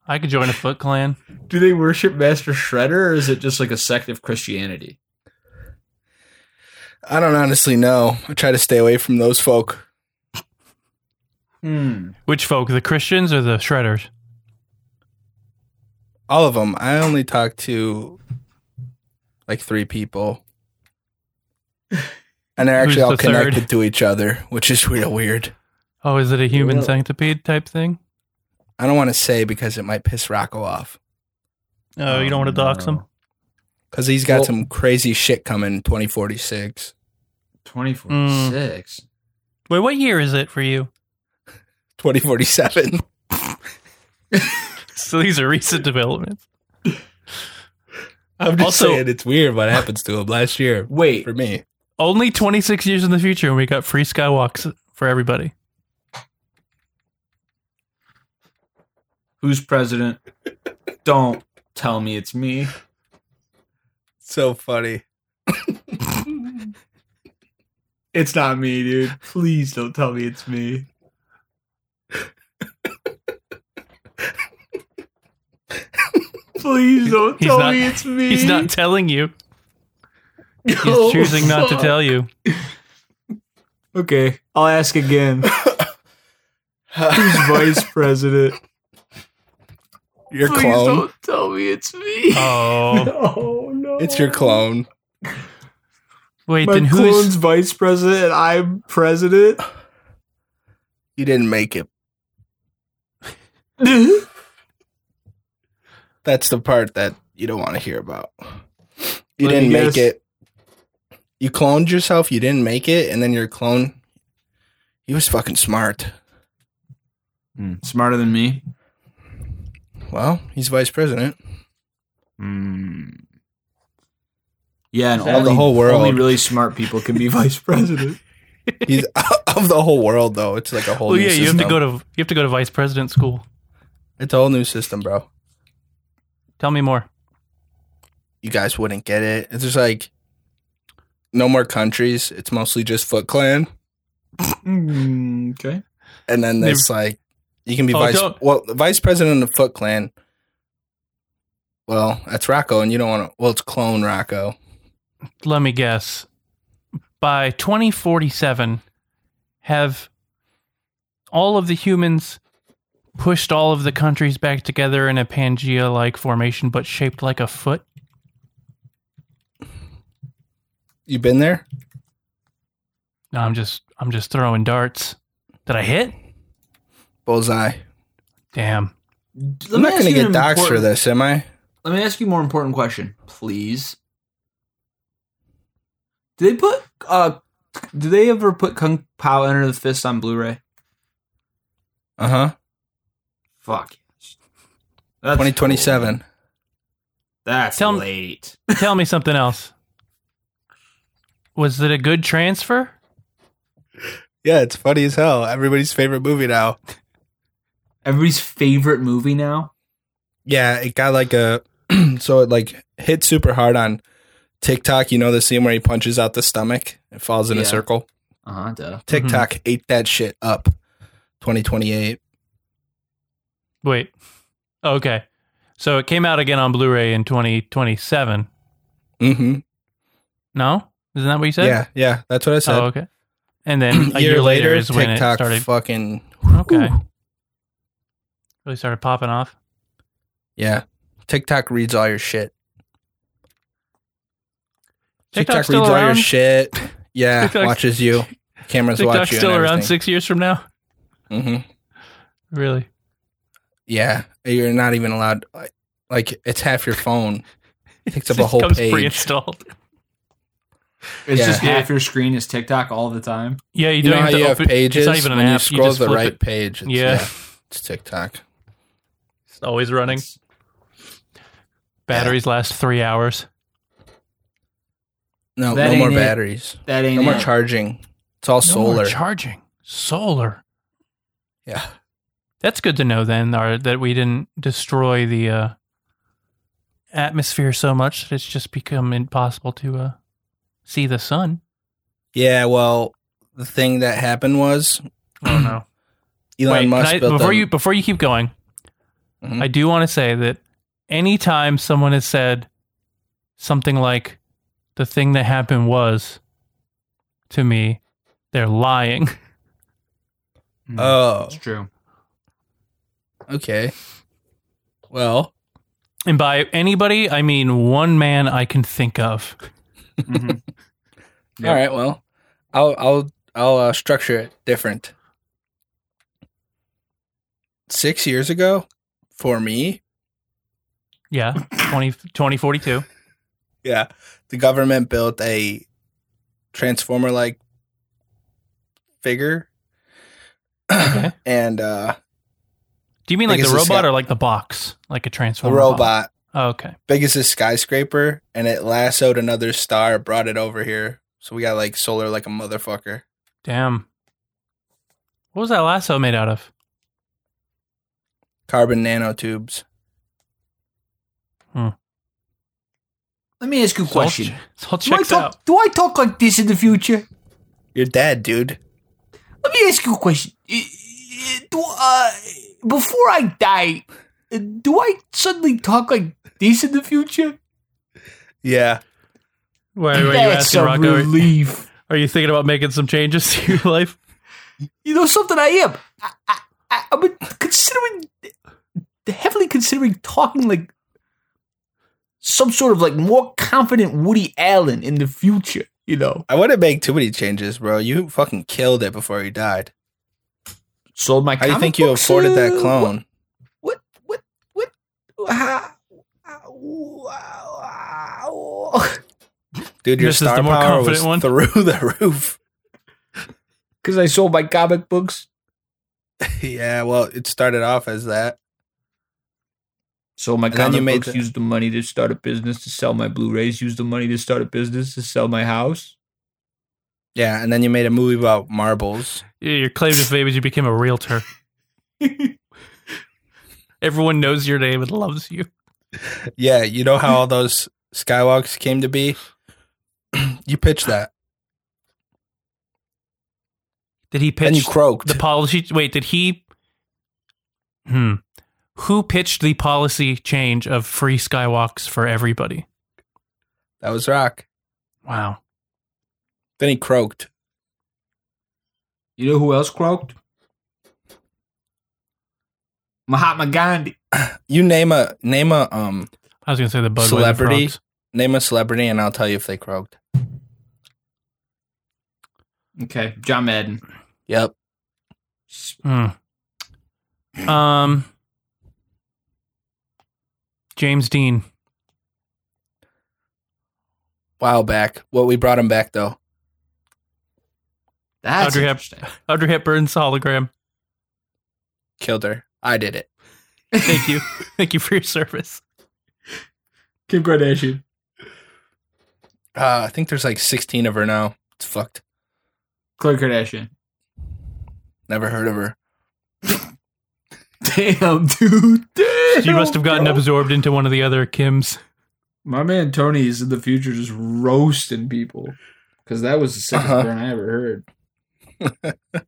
[SPEAKER 3] I could join a Foot Clan.
[SPEAKER 2] Do they worship Master Shredder, or is it just like a sect of Christianity?
[SPEAKER 1] I don't honestly know. I try to stay away from those folk.
[SPEAKER 3] Oh,
[SPEAKER 2] Hmm.
[SPEAKER 3] Which folk, the Christians or the Shredders?
[SPEAKER 1] All of them. I only talk to like three people. And they're
[SPEAKER 3] Who's
[SPEAKER 1] actually all
[SPEAKER 3] the third?
[SPEAKER 1] connected to each other, which is real weird.
[SPEAKER 3] Oh, is it a human
[SPEAKER 2] Yeah.
[SPEAKER 3] centipede type thing?
[SPEAKER 1] I don't want to say because it might piss Rocco off.
[SPEAKER 3] Oh, you don't
[SPEAKER 2] Hmm, Um,
[SPEAKER 3] want to dox them?
[SPEAKER 1] Because he's got
[SPEAKER 2] Well-
[SPEAKER 1] some crazy shit coming 2046.
[SPEAKER 2] Twenty
[SPEAKER 3] Mm.
[SPEAKER 2] forty six.
[SPEAKER 3] Hmm. Wait, what year is it for you?
[SPEAKER 1] 2047.
[SPEAKER 3] So these are recent developments.
[SPEAKER 1] I'm
[SPEAKER 3] just saying
[SPEAKER 1] saying it's weird what happens to him last year
[SPEAKER 2] Wait,
[SPEAKER 1] for me.
[SPEAKER 3] Only 26 years in the future, and we got free skywalks for everybody.
[SPEAKER 2] who's president? don't tell me it's me.
[SPEAKER 1] So funny.
[SPEAKER 2] It's not me, dude. Please don't tell me it's me. Please don't
[SPEAKER 3] He's
[SPEAKER 2] tell
[SPEAKER 3] not-
[SPEAKER 2] me it's me.
[SPEAKER 3] He's not telling you. He's
[SPEAKER 2] Oh,
[SPEAKER 3] choosing not to
[SPEAKER 2] fuck.
[SPEAKER 3] tell you.
[SPEAKER 2] Okay, I'll ask again. Who's vice president?
[SPEAKER 1] Your
[SPEAKER 2] Please
[SPEAKER 1] clone.
[SPEAKER 2] don't tell me it's me.
[SPEAKER 3] Oh,
[SPEAKER 2] Oh no!
[SPEAKER 1] It's your clone.
[SPEAKER 3] wait,
[SPEAKER 2] My
[SPEAKER 3] then
[SPEAKER 2] clone's
[SPEAKER 3] who's
[SPEAKER 2] vice president. and I'm president.
[SPEAKER 1] You didn't make it. That's the part that you don't want to hear about. You
[SPEAKER 2] Let
[SPEAKER 1] didn't
[SPEAKER 2] me
[SPEAKER 1] make
[SPEAKER 2] guess.
[SPEAKER 1] it. You cloned yourself, you didn't make it, and then your clone he was fucking smart.
[SPEAKER 2] Smarter than me.
[SPEAKER 1] Well, he's vice president.
[SPEAKER 2] Hmm. Yeah, and
[SPEAKER 1] Of the whole world.
[SPEAKER 2] only really smart people can be vice president.
[SPEAKER 1] He's of the whole world though. It's like a whole
[SPEAKER 3] Well,
[SPEAKER 1] new
[SPEAKER 3] Oh, yeah, you have
[SPEAKER 1] system.
[SPEAKER 3] to go to you have to go to vice president school.
[SPEAKER 1] it's a whole new system, bro.
[SPEAKER 3] Tell me more.
[SPEAKER 1] you guys wouldn't get it. It's just like no more countries. It's mostly just Foot Clan, Hmm,
[SPEAKER 2] okay.
[SPEAKER 1] and then there's like you can be
[SPEAKER 3] Oh,
[SPEAKER 1] vice.
[SPEAKER 3] don't-
[SPEAKER 1] Well, the vice president of Foot Clan. Well, that's Rocco, and you don't want to. Well, it's clone Rocco.
[SPEAKER 3] Let me guess. By 2047, have all of the humans pushed all of the countries back together in a Pangea like formation, but shaped like a foot?
[SPEAKER 1] You been there?
[SPEAKER 3] No, I'm just I'm just throwing darts. Did I hit?
[SPEAKER 1] Bullseye.
[SPEAKER 3] Damn.
[SPEAKER 1] I'm not gonna get doxxed for this, am I?
[SPEAKER 2] Let me ask you a more important question, please. Did they put uh did they ever put Kung Pao Enter the Fist on Blu-ray?
[SPEAKER 1] Uh huh.
[SPEAKER 2] Fuck. That's
[SPEAKER 1] Twenty twenty seven.
[SPEAKER 2] That's
[SPEAKER 3] Tell me-
[SPEAKER 2] late.
[SPEAKER 3] Tell me something else. Was it a good transfer?
[SPEAKER 1] Yeah, it's funny as hell. Everybody's favorite movie now.
[SPEAKER 2] Everybody's favorite movie now?
[SPEAKER 1] Yeah, it got like a so it like hit super hard on TikTok. You know the scene where he punches out the stomach and falls in a
[SPEAKER 2] Yeah.
[SPEAKER 1] circle.
[SPEAKER 2] Uh-huh, duh.
[SPEAKER 1] TikTok ate that shit up. 2028.
[SPEAKER 3] Wait. Okay. So it came out again on Blu-ray in 2027.
[SPEAKER 1] Mm-hmm.
[SPEAKER 3] No? Isn't that what you said?
[SPEAKER 1] Yeah, yeah, that's what I said.
[SPEAKER 3] Oh, okay. And then a year, later, is when it
[SPEAKER 1] TikTok
[SPEAKER 3] started.
[SPEAKER 1] fucking
[SPEAKER 3] okay.
[SPEAKER 1] Whew.
[SPEAKER 3] Really started popping off.
[SPEAKER 1] yeah. TikTok reads all your shit. TikTok
[SPEAKER 3] TikTok's still
[SPEAKER 1] reads all your
[SPEAKER 3] around?
[SPEAKER 1] shit. Yeah,
[SPEAKER 3] TikTok's-
[SPEAKER 1] watches you. Cameras watch
[SPEAKER 3] TikTok's
[SPEAKER 1] you.
[SPEAKER 3] still around six years from now.
[SPEAKER 1] Mm-hmm.
[SPEAKER 3] Really?
[SPEAKER 1] Yeah, you're not even allowed. Like it's half your phone. Takes up a
[SPEAKER 3] It
[SPEAKER 1] whole
[SPEAKER 3] comes
[SPEAKER 1] page.
[SPEAKER 3] pre-installed.
[SPEAKER 2] It's
[SPEAKER 1] Yeah.
[SPEAKER 2] just half your screen is TikTok all the time.
[SPEAKER 3] Yeah, you
[SPEAKER 1] You,
[SPEAKER 3] don't
[SPEAKER 1] know how
[SPEAKER 3] have to
[SPEAKER 1] you have
[SPEAKER 3] open.
[SPEAKER 1] pages
[SPEAKER 3] it's not even an
[SPEAKER 1] when
[SPEAKER 3] app.
[SPEAKER 1] you scroll
[SPEAKER 3] just
[SPEAKER 1] the
[SPEAKER 3] flip
[SPEAKER 1] right
[SPEAKER 3] it.
[SPEAKER 1] page. It's,
[SPEAKER 3] Yeah.
[SPEAKER 1] it's TikTok.
[SPEAKER 3] It's always running.
[SPEAKER 2] It's-
[SPEAKER 3] Batteries last three hours.
[SPEAKER 1] Oh, No,
[SPEAKER 2] That
[SPEAKER 1] no more
[SPEAKER 2] ain't it.
[SPEAKER 1] batteries.
[SPEAKER 2] That ain't
[SPEAKER 1] No more
[SPEAKER 2] it.
[SPEAKER 1] charging. It's all
[SPEAKER 3] No more
[SPEAKER 1] solar.
[SPEAKER 3] charging. Solar.
[SPEAKER 1] yeah.
[SPEAKER 3] That's good to know then, or that we didn't destroy the uh, atmosphere so much that it's just become impossible to uh, see the sun.
[SPEAKER 1] Yeah, well, the thing that happened was
[SPEAKER 3] Oh no!
[SPEAKER 1] Elon
[SPEAKER 3] Wait, can
[SPEAKER 1] Musk
[SPEAKER 3] I,
[SPEAKER 1] built
[SPEAKER 3] before
[SPEAKER 1] a-
[SPEAKER 3] you before you keep going,
[SPEAKER 1] Mhm.
[SPEAKER 3] I do want to say that anytime someone has said something like "the thing that happened was" to me, they're lying.
[SPEAKER 1] Oh,
[SPEAKER 2] Hmm,
[SPEAKER 5] it's true.
[SPEAKER 1] okay. Well,
[SPEAKER 3] And by anybody, I mean one man I can think of.
[SPEAKER 5] Mhm. Yep.
[SPEAKER 1] all right. Well, I'll I'll I'll uh, structure it different. Six years ago, for me,
[SPEAKER 3] Yeah, 20, 2042.
[SPEAKER 1] yeah, the government built a transformer like figure,
[SPEAKER 3] Okay.
[SPEAKER 1] and uh,
[SPEAKER 3] Do you mean
[SPEAKER 1] I
[SPEAKER 3] like the
[SPEAKER 1] guess it's
[SPEAKER 3] robot
[SPEAKER 1] got-
[SPEAKER 3] or like the box, like a
[SPEAKER 1] a
[SPEAKER 3] transformer? box?
[SPEAKER 1] robot
[SPEAKER 3] Oh, okay.
[SPEAKER 1] big as this skyscraper, and it lassoed another star, brought it over here. So we got like solar like a motherfucker.
[SPEAKER 3] Damn. What was that lasso made out of?
[SPEAKER 1] Carbon nanotubes.
[SPEAKER 5] Let me ask you a
[SPEAKER 3] It's all
[SPEAKER 5] question.
[SPEAKER 3] ch- It's all
[SPEAKER 5] Do I,
[SPEAKER 3] checks out.
[SPEAKER 5] talk, do I talk like this in the future?
[SPEAKER 1] You're dead, dude.
[SPEAKER 5] Let me ask you a question. I- I- Do, uh, before I die, uh, do I suddenly talk like this in the future?
[SPEAKER 1] Yeah.
[SPEAKER 3] Wait, wait, you
[SPEAKER 5] That's
[SPEAKER 3] asking
[SPEAKER 5] a
[SPEAKER 3] Rocco? are-
[SPEAKER 5] relief.
[SPEAKER 3] Are you thinking about making some changes to your life?
[SPEAKER 5] You know something? I am. I, I, I, I'm been considering, heavily considering talking like some sort of like more confident Woody Allen in the future. You know.
[SPEAKER 1] I wouldn't make too many changes, bro. You fucking killed it before you died.
[SPEAKER 5] Sold my.
[SPEAKER 1] How do you
[SPEAKER 5] comic
[SPEAKER 1] think you
[SPEAKER 5] books,
[SPEAKER 1] afforded that
[SPEAKER 5] uh,
[SPEAKER 1] clone?
[SPEAKER 5] What? What? What? what how, how- how-
[SPEAKER 1] Dude, your
[SPEAKER 3] This is
[SPEAKER 1] star
[SPEAKER 3] the more
[SPEAKER 1] power was
[SPEAKER 3] confident one?
[SPEAKER 1] through the roof.
[SPEAKER 5] Because I sold my comic books.
[SPEAKER 1] yeah, well, it started off as that.
[SPEAKER 5] Sold my
[SPEAKER 1] And then you
[SPEAKER 5] comic
[SPEAKER 1] made
[SPEAKER 5] books.
[SPEAKER 1] the-
[SPEAKER 5] Used the money to start a business to sell my Blu-rays. Used the money to start a business to sell my house.
[SPEAKER 1] Yeah, and then you made a movie about marbles.
[SPEAKER 3] Yeah, Your claim to fame is you became a realtor. Everyone knows your name and loves you.
[SPEAKER 1] Yeah, you know how all those skywalks came to be? you pitched that.
[SPEAKER 3] Did he
[SPEAKER 1] and you
[SPEAKER 3] pitch
[SPEAKER 1] croaked.
[SPEAKER 3] the policy? Wait, did he? Hmm. Who pitched the policy change of free skywalks for everybody?
[SPEAKER 1] that was rock.
[SPEAKER 3] Wow.
[SPEAKER 1] Then he croaked.
[SPEAKER 5] You know who else croaked? Mahatma Gandhi.
[SPEAKER 1] You name a name a um
[SPEAKER 3] I was gonna say the Budweiser
[SPEAKER 1] Celebrity?
[SPEAKER 3] frogs.
[SPEAKER 1] name a celebrity and I'll tell you if they croaked.
[SPEAKER 5] Okay, John Madden.
[SPEAKER 1] Yep.
[SPEAKER 3] Hmm.
[SPEAKER 1] Hmm.
[SPEAKER 3] Um. James Dean.
[SPEAKER 1] While back. Well, we brought him back though.
[SPEAKER 5] That's
[SPEAKER 3] Audrey
[SPEAKER 5] interesting.
[SPEAKER 3] Audrey Hepburn's hologram.
[SPEAKER 1] Killed her. I did it.
[SPEAKER 3] Thank you. Thank you for your service.
[SPEAKER 5] Kim Kardashian.
[SPEAKER 1] Uh, I think there's like 16 of her now. It's fucked.
[SPEAKER 5] Khloe Kardashian.
[SPEAKER 1] Never heard of her.
[SPEAKER 5] Damn, dude. Damn,
[SPEAKER 3] She must have gotten
[SPEAKER 5] bro.
[SPEAKER 3] absorbed into one of the other Kims.
[SPEAKER 5] My man Tony is in the future just roasting people because that was the sickest
[SPEAKER 1] Uh-huh.
[SPEAKER 5] burn I ever heard.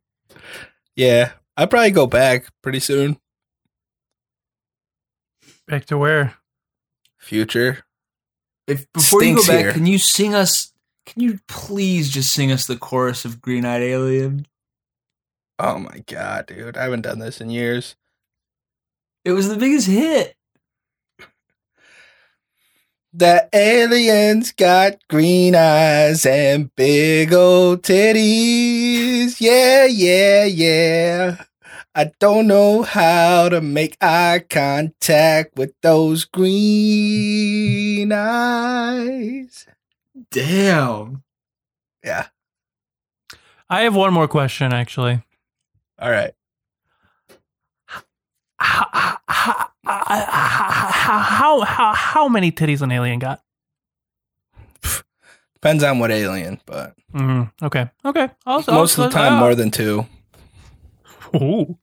[SPEAKER 1] Yeah, I'd probably go back pretty soon.
[SPEAKER 3] Back to where?
[SPEAKER 1] Future.
[SPEAKER 5] If before you go
[SPEAKER 1] Stinks
[SPEAKER 5] back,
[SPEAKER 1] here.
[SPEAKER 5] can you sing us? Can you please just sing us the chorus of Green Eyed Alien?
[SPEAKER 1] Oh my god, dude. I haven't done this in years.
[SPEAKER 5] It was the biggest hit.
[SPEAKER 1] The aliens got green eyes and big old titties. Yeah, yeah, yeah. I don't know how to make eye contact with those green eyes.
[SPEAKER 5] Damn.
[SPEAKER 3] I have one more question, actually.
[SPEAKER 1] All right.
[SPEAKER 3] How how how, how, how many titties an alien got?
[SPEAKER 1] Depends on what alien, but
[SPEAKER 3] Mm, okay, okay. I'll,
[SPEAKER 1] most of the time,
[SPEAKER 3] "Ah."
[SPEAKER 1] more than two.
[SPEAKER 3] than. Ooh.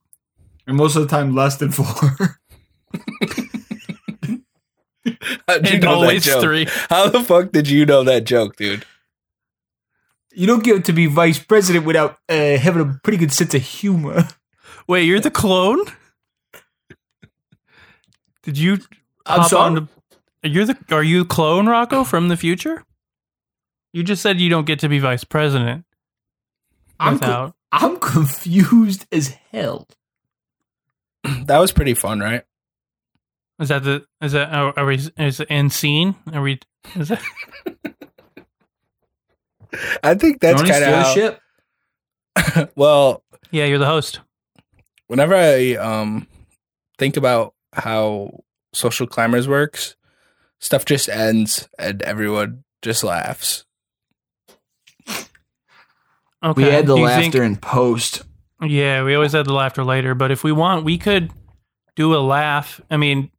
[SPEAKER 5] And most of the time, less than four.
[SPEAKER 1] How'd you
[SPEAKER 3] and
[SPEAKER 1] know that
[SPEAKER 3] always
[SPEAKER 1] joke?
[SPEAKER 3] three.
[SPEAKER 1] How the fuck did you know that joke, dude?
[SPEAKER 2] You don't get to be vice president without uh, having a pretty good sense of humor.
[SPEAKER 3] Wait, you're the clone? Did you?
[SPEAKER 2] I'm
[SPEAKER 3] hop
[SPEAKER 2] sorry.
[SPEAKER 3] onto- you're the. Are you clone Rocco from the future? You just said you don't get to be vice president
[SPEAKER 2] I'm, co-
[SPEAKER 3] without.
[SPEAKER 2] I'm confused as hell.
[SPEAKER 1] That was pretty fun, right?
[SPEAKER 3] Is that the? Is that? oh, Are, are we? Is it end scene? Are we? Is that?
[SPEAKER 1] I think that's
[SPEAKER 2] Tony,
[SPEAKER 1] kind
[SPEAKER 2] steal the
[SPEAKER 1] of
[SPEAKER 2] ship.
[SPEAKER 1] how, well.
[SPEAKER 3] Yeah, you're the host.
[SPEAKER 1] Whenever I um think about how social clamors works, stuff just ends and everyone just laughs.
[SPEAKER 3] Okay.
[SPEAKER 2] We had the
[SPEAKER 3] Do you think-
[SPEAKER 2] laughter in post.
[SPEAKER 3] Yeah, we always had the laughter later, but if we want, we could do a laugh. I mean,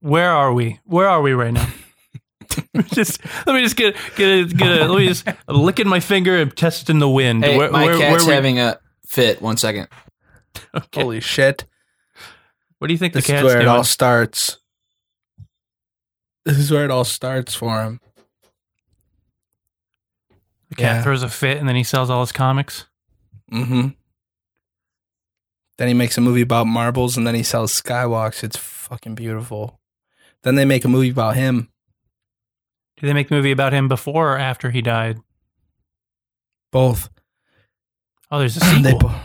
[SPEAKER 3] where are we? Where are we right now? just let me just get get a, get a, let me just I'm licking my finger and testing the wind.
[SPEAKER 2] Hey,
[SPEAKER 3] where,
[SPEAKER 2] my
[SPEAKER 3] where-
[SPEAKER 2] cat's
[SPEAKER 3] where we-
[SPEAKER 2] having a fit. One second.
[SPEAKER 3] Okay.
[SPEAKER 1] Holy shit!
[SPEAKER 3] What do you think the
[SPEAKER 1] This
[SPEAKER 3] cat's
[SPEAKER 1] is where
[SPEAKER 3] doing?
[SPEAKER 1] it all starts. This is where it all starts for him.
[SPEAKER 3] the cat
[SPEAKER 1] yeah.
[SPEAKER 3] throws a fit and then he sells all his comics.
[SPEAKER 1] Mm-hmm. Then he makes a movie about marbles, and then he sells skywalks. It's fucking beautiful. Then they make a movie about him
[SPEAKER 3] Did they make a movie about him before or after he died?
[SPEAKER 1] Both.
[SPEAKER 3] Oh, there's a
[SPEAKER 1] They
[SPEAKER 3] sequel. Uh-huh.
[SPEAKER 1] bo-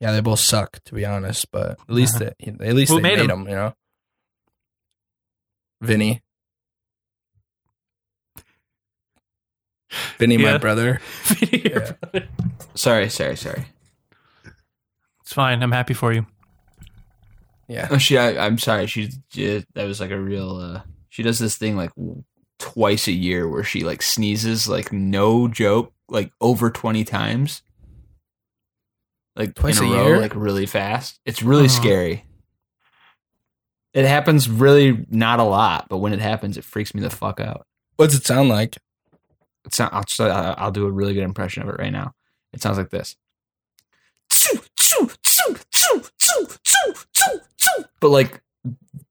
[SPEAKER 1] yeah, they both suck to be honest, but at least they, at least
[SPEAKER 3] Who
[SPEAKER 1] they
[SPEAKER 3] made
[SPEAKER 1] made,
[SPEAKER 3] 'em?
[SPEAKER 1] them, you know. Vinny. Vinny,
[SPEAKER 3] Yeah.
[SPEAKER 1] my brother.
[SPEAKER 3] It's
[SPEAKER 2] Sorry, sorry, sorry.
[SPEAKER 3] fine. I'm happy for you.
[SPEAKER 1] Yeah.
[SPEAKER 2] Oh, she. I, I'm sorry. She. she- That was like a real. Uh, she does this thing like twice a year where she like sneezes like no joke like over twenty times. Like
[SPEAKER 1] Twice
[SPEAKER 2] in a,
[SPEAKER 1] a
[SPEAKER 2] row,
[SPEAKER 1] year?
[SPEAKER 2] like really fast. It's really
[SPEAKER 3] Uh-huh.
[SPEAKER 2] scary. It happens really not a lot, but when it happens, it freaks me the fuck out.
[SPEAKER 1] What's it sound like?
[SPEAKER 2] It's not, I'll, just, I'll I'll do a really good impression of it right now. It sounds like this. But like,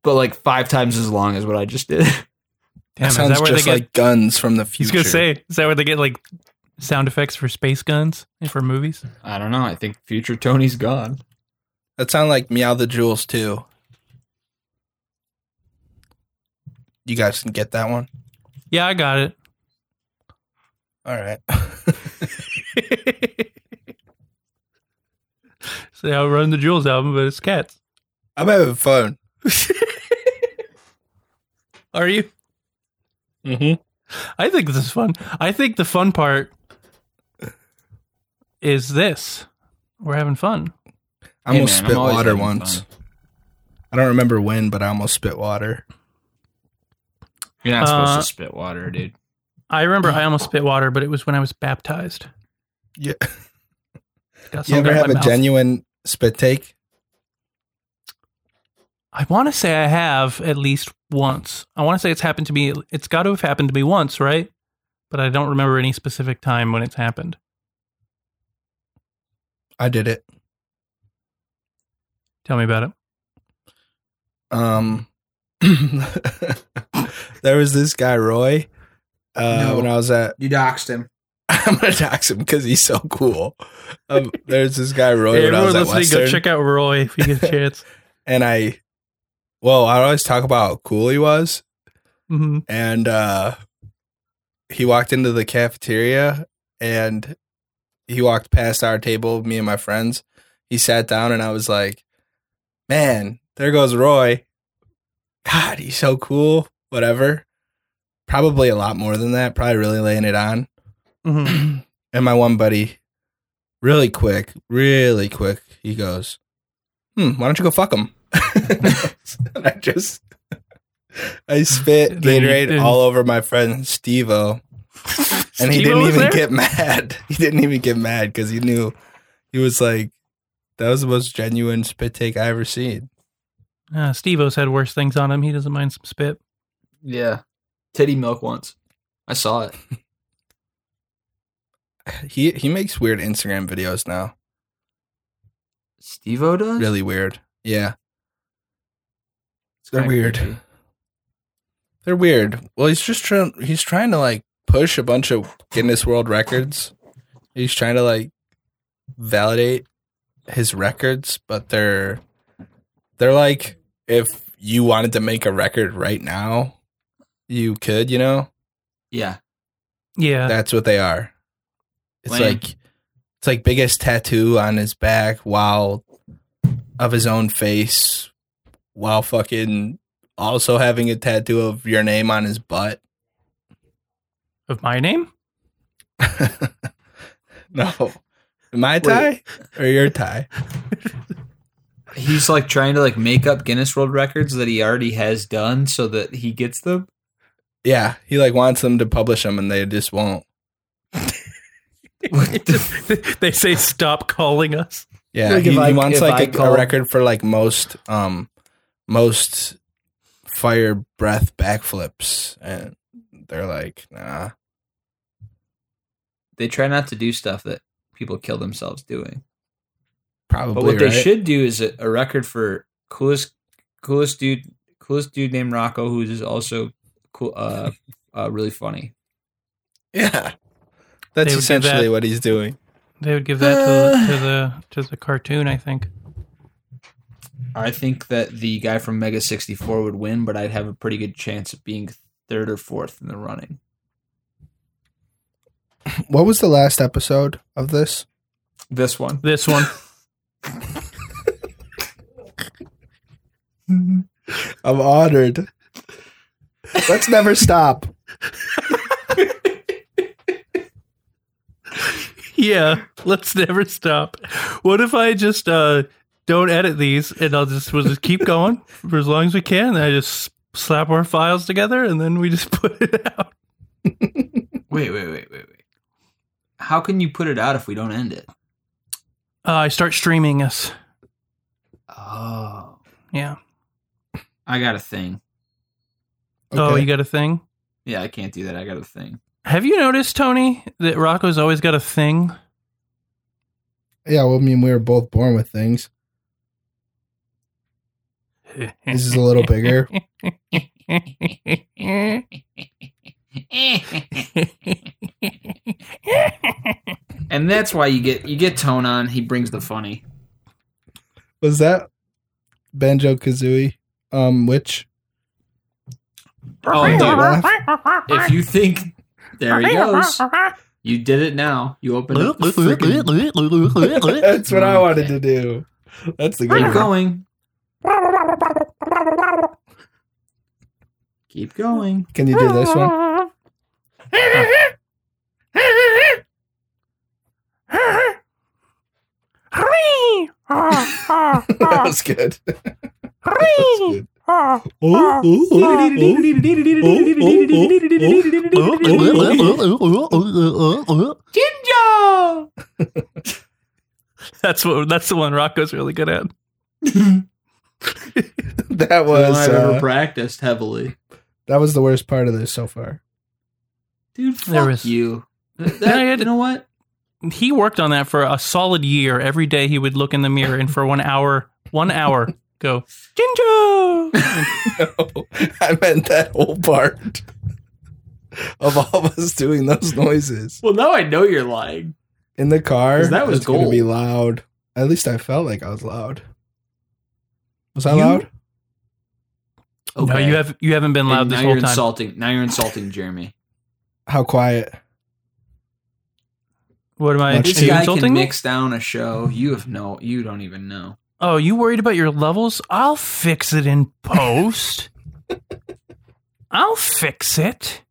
[SPEAKER 2] but like five times as long as what I just did.
[SPEAKER 3] Damn,
[SPEAKER 1] that
[SPEAKER 3] is
[SPEAKER 1] sounds
[SPEAKER 3] that where they
[SPEAKER 1] just
[SPEAKER 3] get?
[SPEAKER 1] like guns from the
[SPEAKER 3] he's
[SPEAKER 1] future.
[SPEAKER 3] gonna say, is that where they get like sound effects for space guns and for movies?
[SPEAKER 2] I don't know. I think future Tony's gone.
[SPEAKER 1] That sound like Meow the Jewels too. You guys can get that one?
[SPEAKER 3] Yeah, I got it.
[SPEAKER 1] All right.
[SPEAKER 3] So I'll run the Jewels album, but it's cats.
[SPEAKER 1] I'm having fun.
[SPEAKER 3] Are you?
[SPEAKER 1] Mm-hmm.
[SPEAKER 3] I think this is fun. I think the fun part is this. We're having fun.
[SPEAKER 1] I
[SPEAKER 2] Hey,
[SPEAKER 1] almost
[SPEAKER 2] man, I'm
[SPEAKER 1] spit
[SPEAKER 2] always
[SPEAKER 1] water
[SPEAKER 2] having
[SPEAKER 1] once.
[SPEAKER 2] fun.
[SPEAKER 1] I don't remember when, but I almost spit water.
[SPEAKER 2] You're not
[SPEAKER 3] Uh,
[SPEAKER 2] supposed to spit water, dude.
[SPEAKER 3] I remember I almost spit water, but it was when I was baptized.
[SPEAKER 1] Yeah.
[SPEAKER 3] Got
[SPEAKER 1] You
[SPEAKER 3] some
[SPEAKER 1] ever
[SPEAKER 3] in
[SPEAKER 1] have
[SPEAKER 3] my
[SPEAKER 1] a
[SPEAKER 3] mouth.
[SPEAKER 1] genuine spit take?
[SPEAKER 3] I want to say I have at least once. I want to say it's happened to me. It's got to have happened to me once, right? But I don't remember any specific time when it's happened.
[SPEAKER 1] I did it.
[SPEAKER 3] Tell me about it.
[SPEAKER 1] Um, there was this guy Roy uh,
[SPEAKER 2] No.
[SPEAKER 1] when I was at.
[SPEAKER 2] You doxed him.
[SPEAKER 1] I'm gonna dox him because he's so cool. Um, there's this guy Roy
[SPEAKER 3] Hey,
[SPEAKER 1] when I
[SPEAKER 3] everyone
[SPEAKER 1] was at
[SPEAKER 3] listening,
[SPEAKER 1] Western,
[SPEAKER 3] go check out Roy if you get a chance.
[SPEAKER 1] and I. Well, I always talk about how cool he was,
[SPEAKER 3] hmm
[SPEAKER 1] and uh, he walked into the cafeteria and he walked past our table, me and my friends. He sat down and I was like, Man, there goes Roy. God, he's so cool. Whatever. Probably a lot more than that. Probably really laying it on.
[SPEAKER 3] hmm
[SPEAKER 1] and my one buddy, really quick, really quick, he goes, Hmm, why don't you go fuck him? and I just, I spit
[SPEAKER 3] Then you
[SPEAKER 1] Gatorade
[SPEAKER 3] didn't-
[SPEAKER 1] all over my friend Steve O.
[SPEAKER 3] mm-hmm.
[SPEAKER 1] And he didn't even get mad. He didn't even get mad because he knew he was like, that was the most genuine spit take I ever seen.
[SPEAKER 3] Uh, Steve O's had worse things on him. He doesn't mind some spit.
[SPEAKER 2] Yeah, titty milk once. I saw it.
[SPEAKER 1] He he makes weird Instagram videos now.
[SPEAKER 2] Steve-O does.
[SPEAKER 1] Really weird. Yeah.
[SPEAKER 2] It's
[SPEAKER 1] They're
[SPEAKER 2] kinda
[SPEAKER 1] weird.
[SPEAKER 2] creepy.
[SPEAKER 1] They're weird. Well, he's just trying. He's trying to like push a bunch of Guinness World Records. He's trying to like validate his records, but they're they're like if you wanted to make a record right now, you could. You know,
[SPEAKER 2] Yeah.
[SPEAKER 3] Yeah.
[SPEAKER 1] that's what they are. It's
[SPEAKER 2] Lame.
[SPEAKER 1] like it's like biggest tattoo on his back while of his own face while fucking also having a tattoo of your name on his butt.
[SPEAKER 3] of my name?
[SPEAKER 1] no. My tie or your tie?
[SPEAKER 2] He's like trying to like make up Guinness World Records that he already has done so that he gets them.
[SPEAKER 1] Yeah, he like wants them to publish them and they just won't.
[SPEAKER 3] they say stop calling us.
[SPEAKER 1] Yeah,
[SPEAKER 2] Like,
[SPEAKER 1] he,
[SPEAKER 2] if
[SPEAKER 1] he
[SPEAKER 2] I-
[SPEAKER 1] wants
[SPEAKER 2] if I
[SPEAKER 1] like a,
[SPEAKER 2] call-
[SPEAKER 1] a record for like most um most fire breath backflips, and they're like, nah.
[SPEAKER 2] They try not to do stuff that people kill themselves doing.
[SPEAKER 1] Probably,
[SPEAKER 2] But what they
[SPEAKER 1] right?
[SPEAKER 2] should do is a, a record for coolest coolest dude coolest dude named Rocco who is also cool uh, uh really funny.
[SPEAKER 1] Yeah,
[SPEAKER 3] They would
[SPEAKER 1] that's
[SPEAKER 3] do
[SPEAKER 1] essentially
[SPEAKER 3] that.
[SPEAKER 1] what he's doing.
[SPEAKER 3] They would give that to, to the to the cartoon, I think.
[SPEAKER 2] I think that the guy from Mega 64 would win, but I'd have a pretty good chance of being third or fourth in the running.
[SPEAKER 1] What was the last episode of this?
[SPEAKER 2] This one.
[SPEAKER 3] This one.
[SPEAKER 1] I'm honored. Let's never stop.
[SPEAKER 3] yeah. Let's never stop. What if I just uh don't edit these and I'll just we'll just keep going for as long as we can and I just slap our files together and then we just put it out.
[SPEAKER 2] Wait, wait, wait, wait, wait. How can you put it out if we don't end it?
[SPEAKER 3] Uh, I start streaming us.
[SPEAKER 2] Oh.
[SPEAKER 3] Yeah.
[SPEAKER 2] I got a thing.
[SPEAKER 3] Oh,
[SPEAKER 1] Okay.
[SPEAKER 3] you got a thing?
[SPEAKER 2] Yeah, I can't do that. I got a thing.
[SPEAKER 3] Have you noticed, Tony, that Rocco's always got a thing?
[SPEAKER 1] yeah. Well, I mean, we were both born with things. This is a little bigger.
[SPEAKER 2] And that's why you get you get tone on. He brings the funny.
[SPEAKER 1] Was that Banjo Kazooie? Um, which
[SPEAKER 2] Oh, dude.
[SPEAKER 1] laugh?
[SPEAKER 2] If you think there he goes. You did it now. You opened up the freaking-
[SPEAKER 1] That's what I wanted to do. That's the
[SPEAKER 2] Keep
[SPEAKER 1] good one.
[SPEAKER 2] going. Keep going.
[SPEAKER 1] Can you do this one? that was good.
[SPEAKER 2] Ginger!
[SPEAKER 3] That's what. That's the one Rocco's really good at.
[SPEAKER 1] that
[SPEAKER 2] Well,
[SPEAKER 1] was
[SPEAKER 2] I've ever
[SPEAKER 1] uh,
[SPEAKER 2] practiced heavily.
[SPEAKER 1] that was the worst part of this so far.
[SPEAKER 2] Dude,
[SPEAKER 3] There
[SPEAKER 2] fuck
[SPEAKER 3] is-
[SPEAKER 2] you. That-
[SPEAKER 3] Yeah, I had-
[SPEAKER 2] you know what?
[SPEAKER 3] He worked on that for a solid year. Every day he would look in the mirror and for one hour, one hour, go ginger.
[SPEAKER 1] No, I meant that whole part of all of us doing those noises
[SPEAKER 2] Well, now I know you're lying.
[SPEAKER 1] in the car.
[SPEAKER 2] 'Cause that was
[SPEAKER 1] it's gonna
[SPEAKER 2] gold.
[SPEAKER 1] Be loud. At least I felt like I was loud. Was I
[SPEAKER 2] You-
[SPEAKER 1] loud?
[SPEAKER 3] No, you have you haven't been
[SPEAKER 2] And
[SPEAKER 3] loud this
[SPEAKER 2] now
[SPEAKER 3] whole
[SPEAKER 2] you're
[SPEAKER 3] time.
[SPEAKER 2] insulting. Now you're insulting Jeremy.
[SPEAKER 1] How quiet?
[SPEAKER 3] What am I?
[SPEAKER 1] Much
[SPEAKER 2] This
[SPEAKER 1] Are you
[SPEAKER 2] guy
[SPEAKER 3] insulting
[SPEAKER 2] can
[SPEAKER 3] me?
[SPEAKER 2] mix down a show. You have no. You don't even know.
[SPEAKER 3] Oh, you worried about your levels? I'll fix it in post. I'll fix it.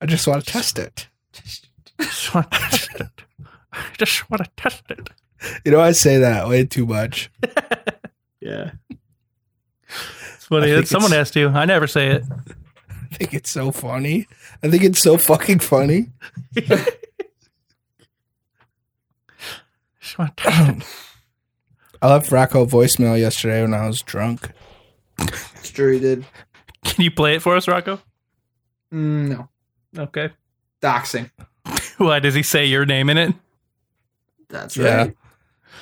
[SPEAKER 1] I just want to test it.
[SPEAKER 3] Just want to test it. I just want to test it.
[SPEAKER 1] You know, I say that way too much.
[SPEAKER 2] Yeah.
[SPEAKER 3] It's funny.
[SPEAKER 1] I think
[SPEAKER 3] Someone
[SPEAKER 1] it's-
[SPEAKER 3] has to. I never say it.
[SPEAKER 1] I think it's so funny. I think it's so fucking funny.
[SPEAKER 3] Just want to test it.
[SPEAKER 1] I left Rocco a voicemail yesterday when I was drunk.
[SPEAKER 2] It's true. He did.
[SPEAKER 3] Can you play it for us, Rocco?
[SPEAKER 2] Mm, no.
[SPEAKER 3] Okay.
[SPEAKER 2] Doxing.
[SPEAKER 3] Why does he say your name in it?
[SPEAKER 2] That's
[SPEAKER 1] Yeah.
[SPEAKER 2] right.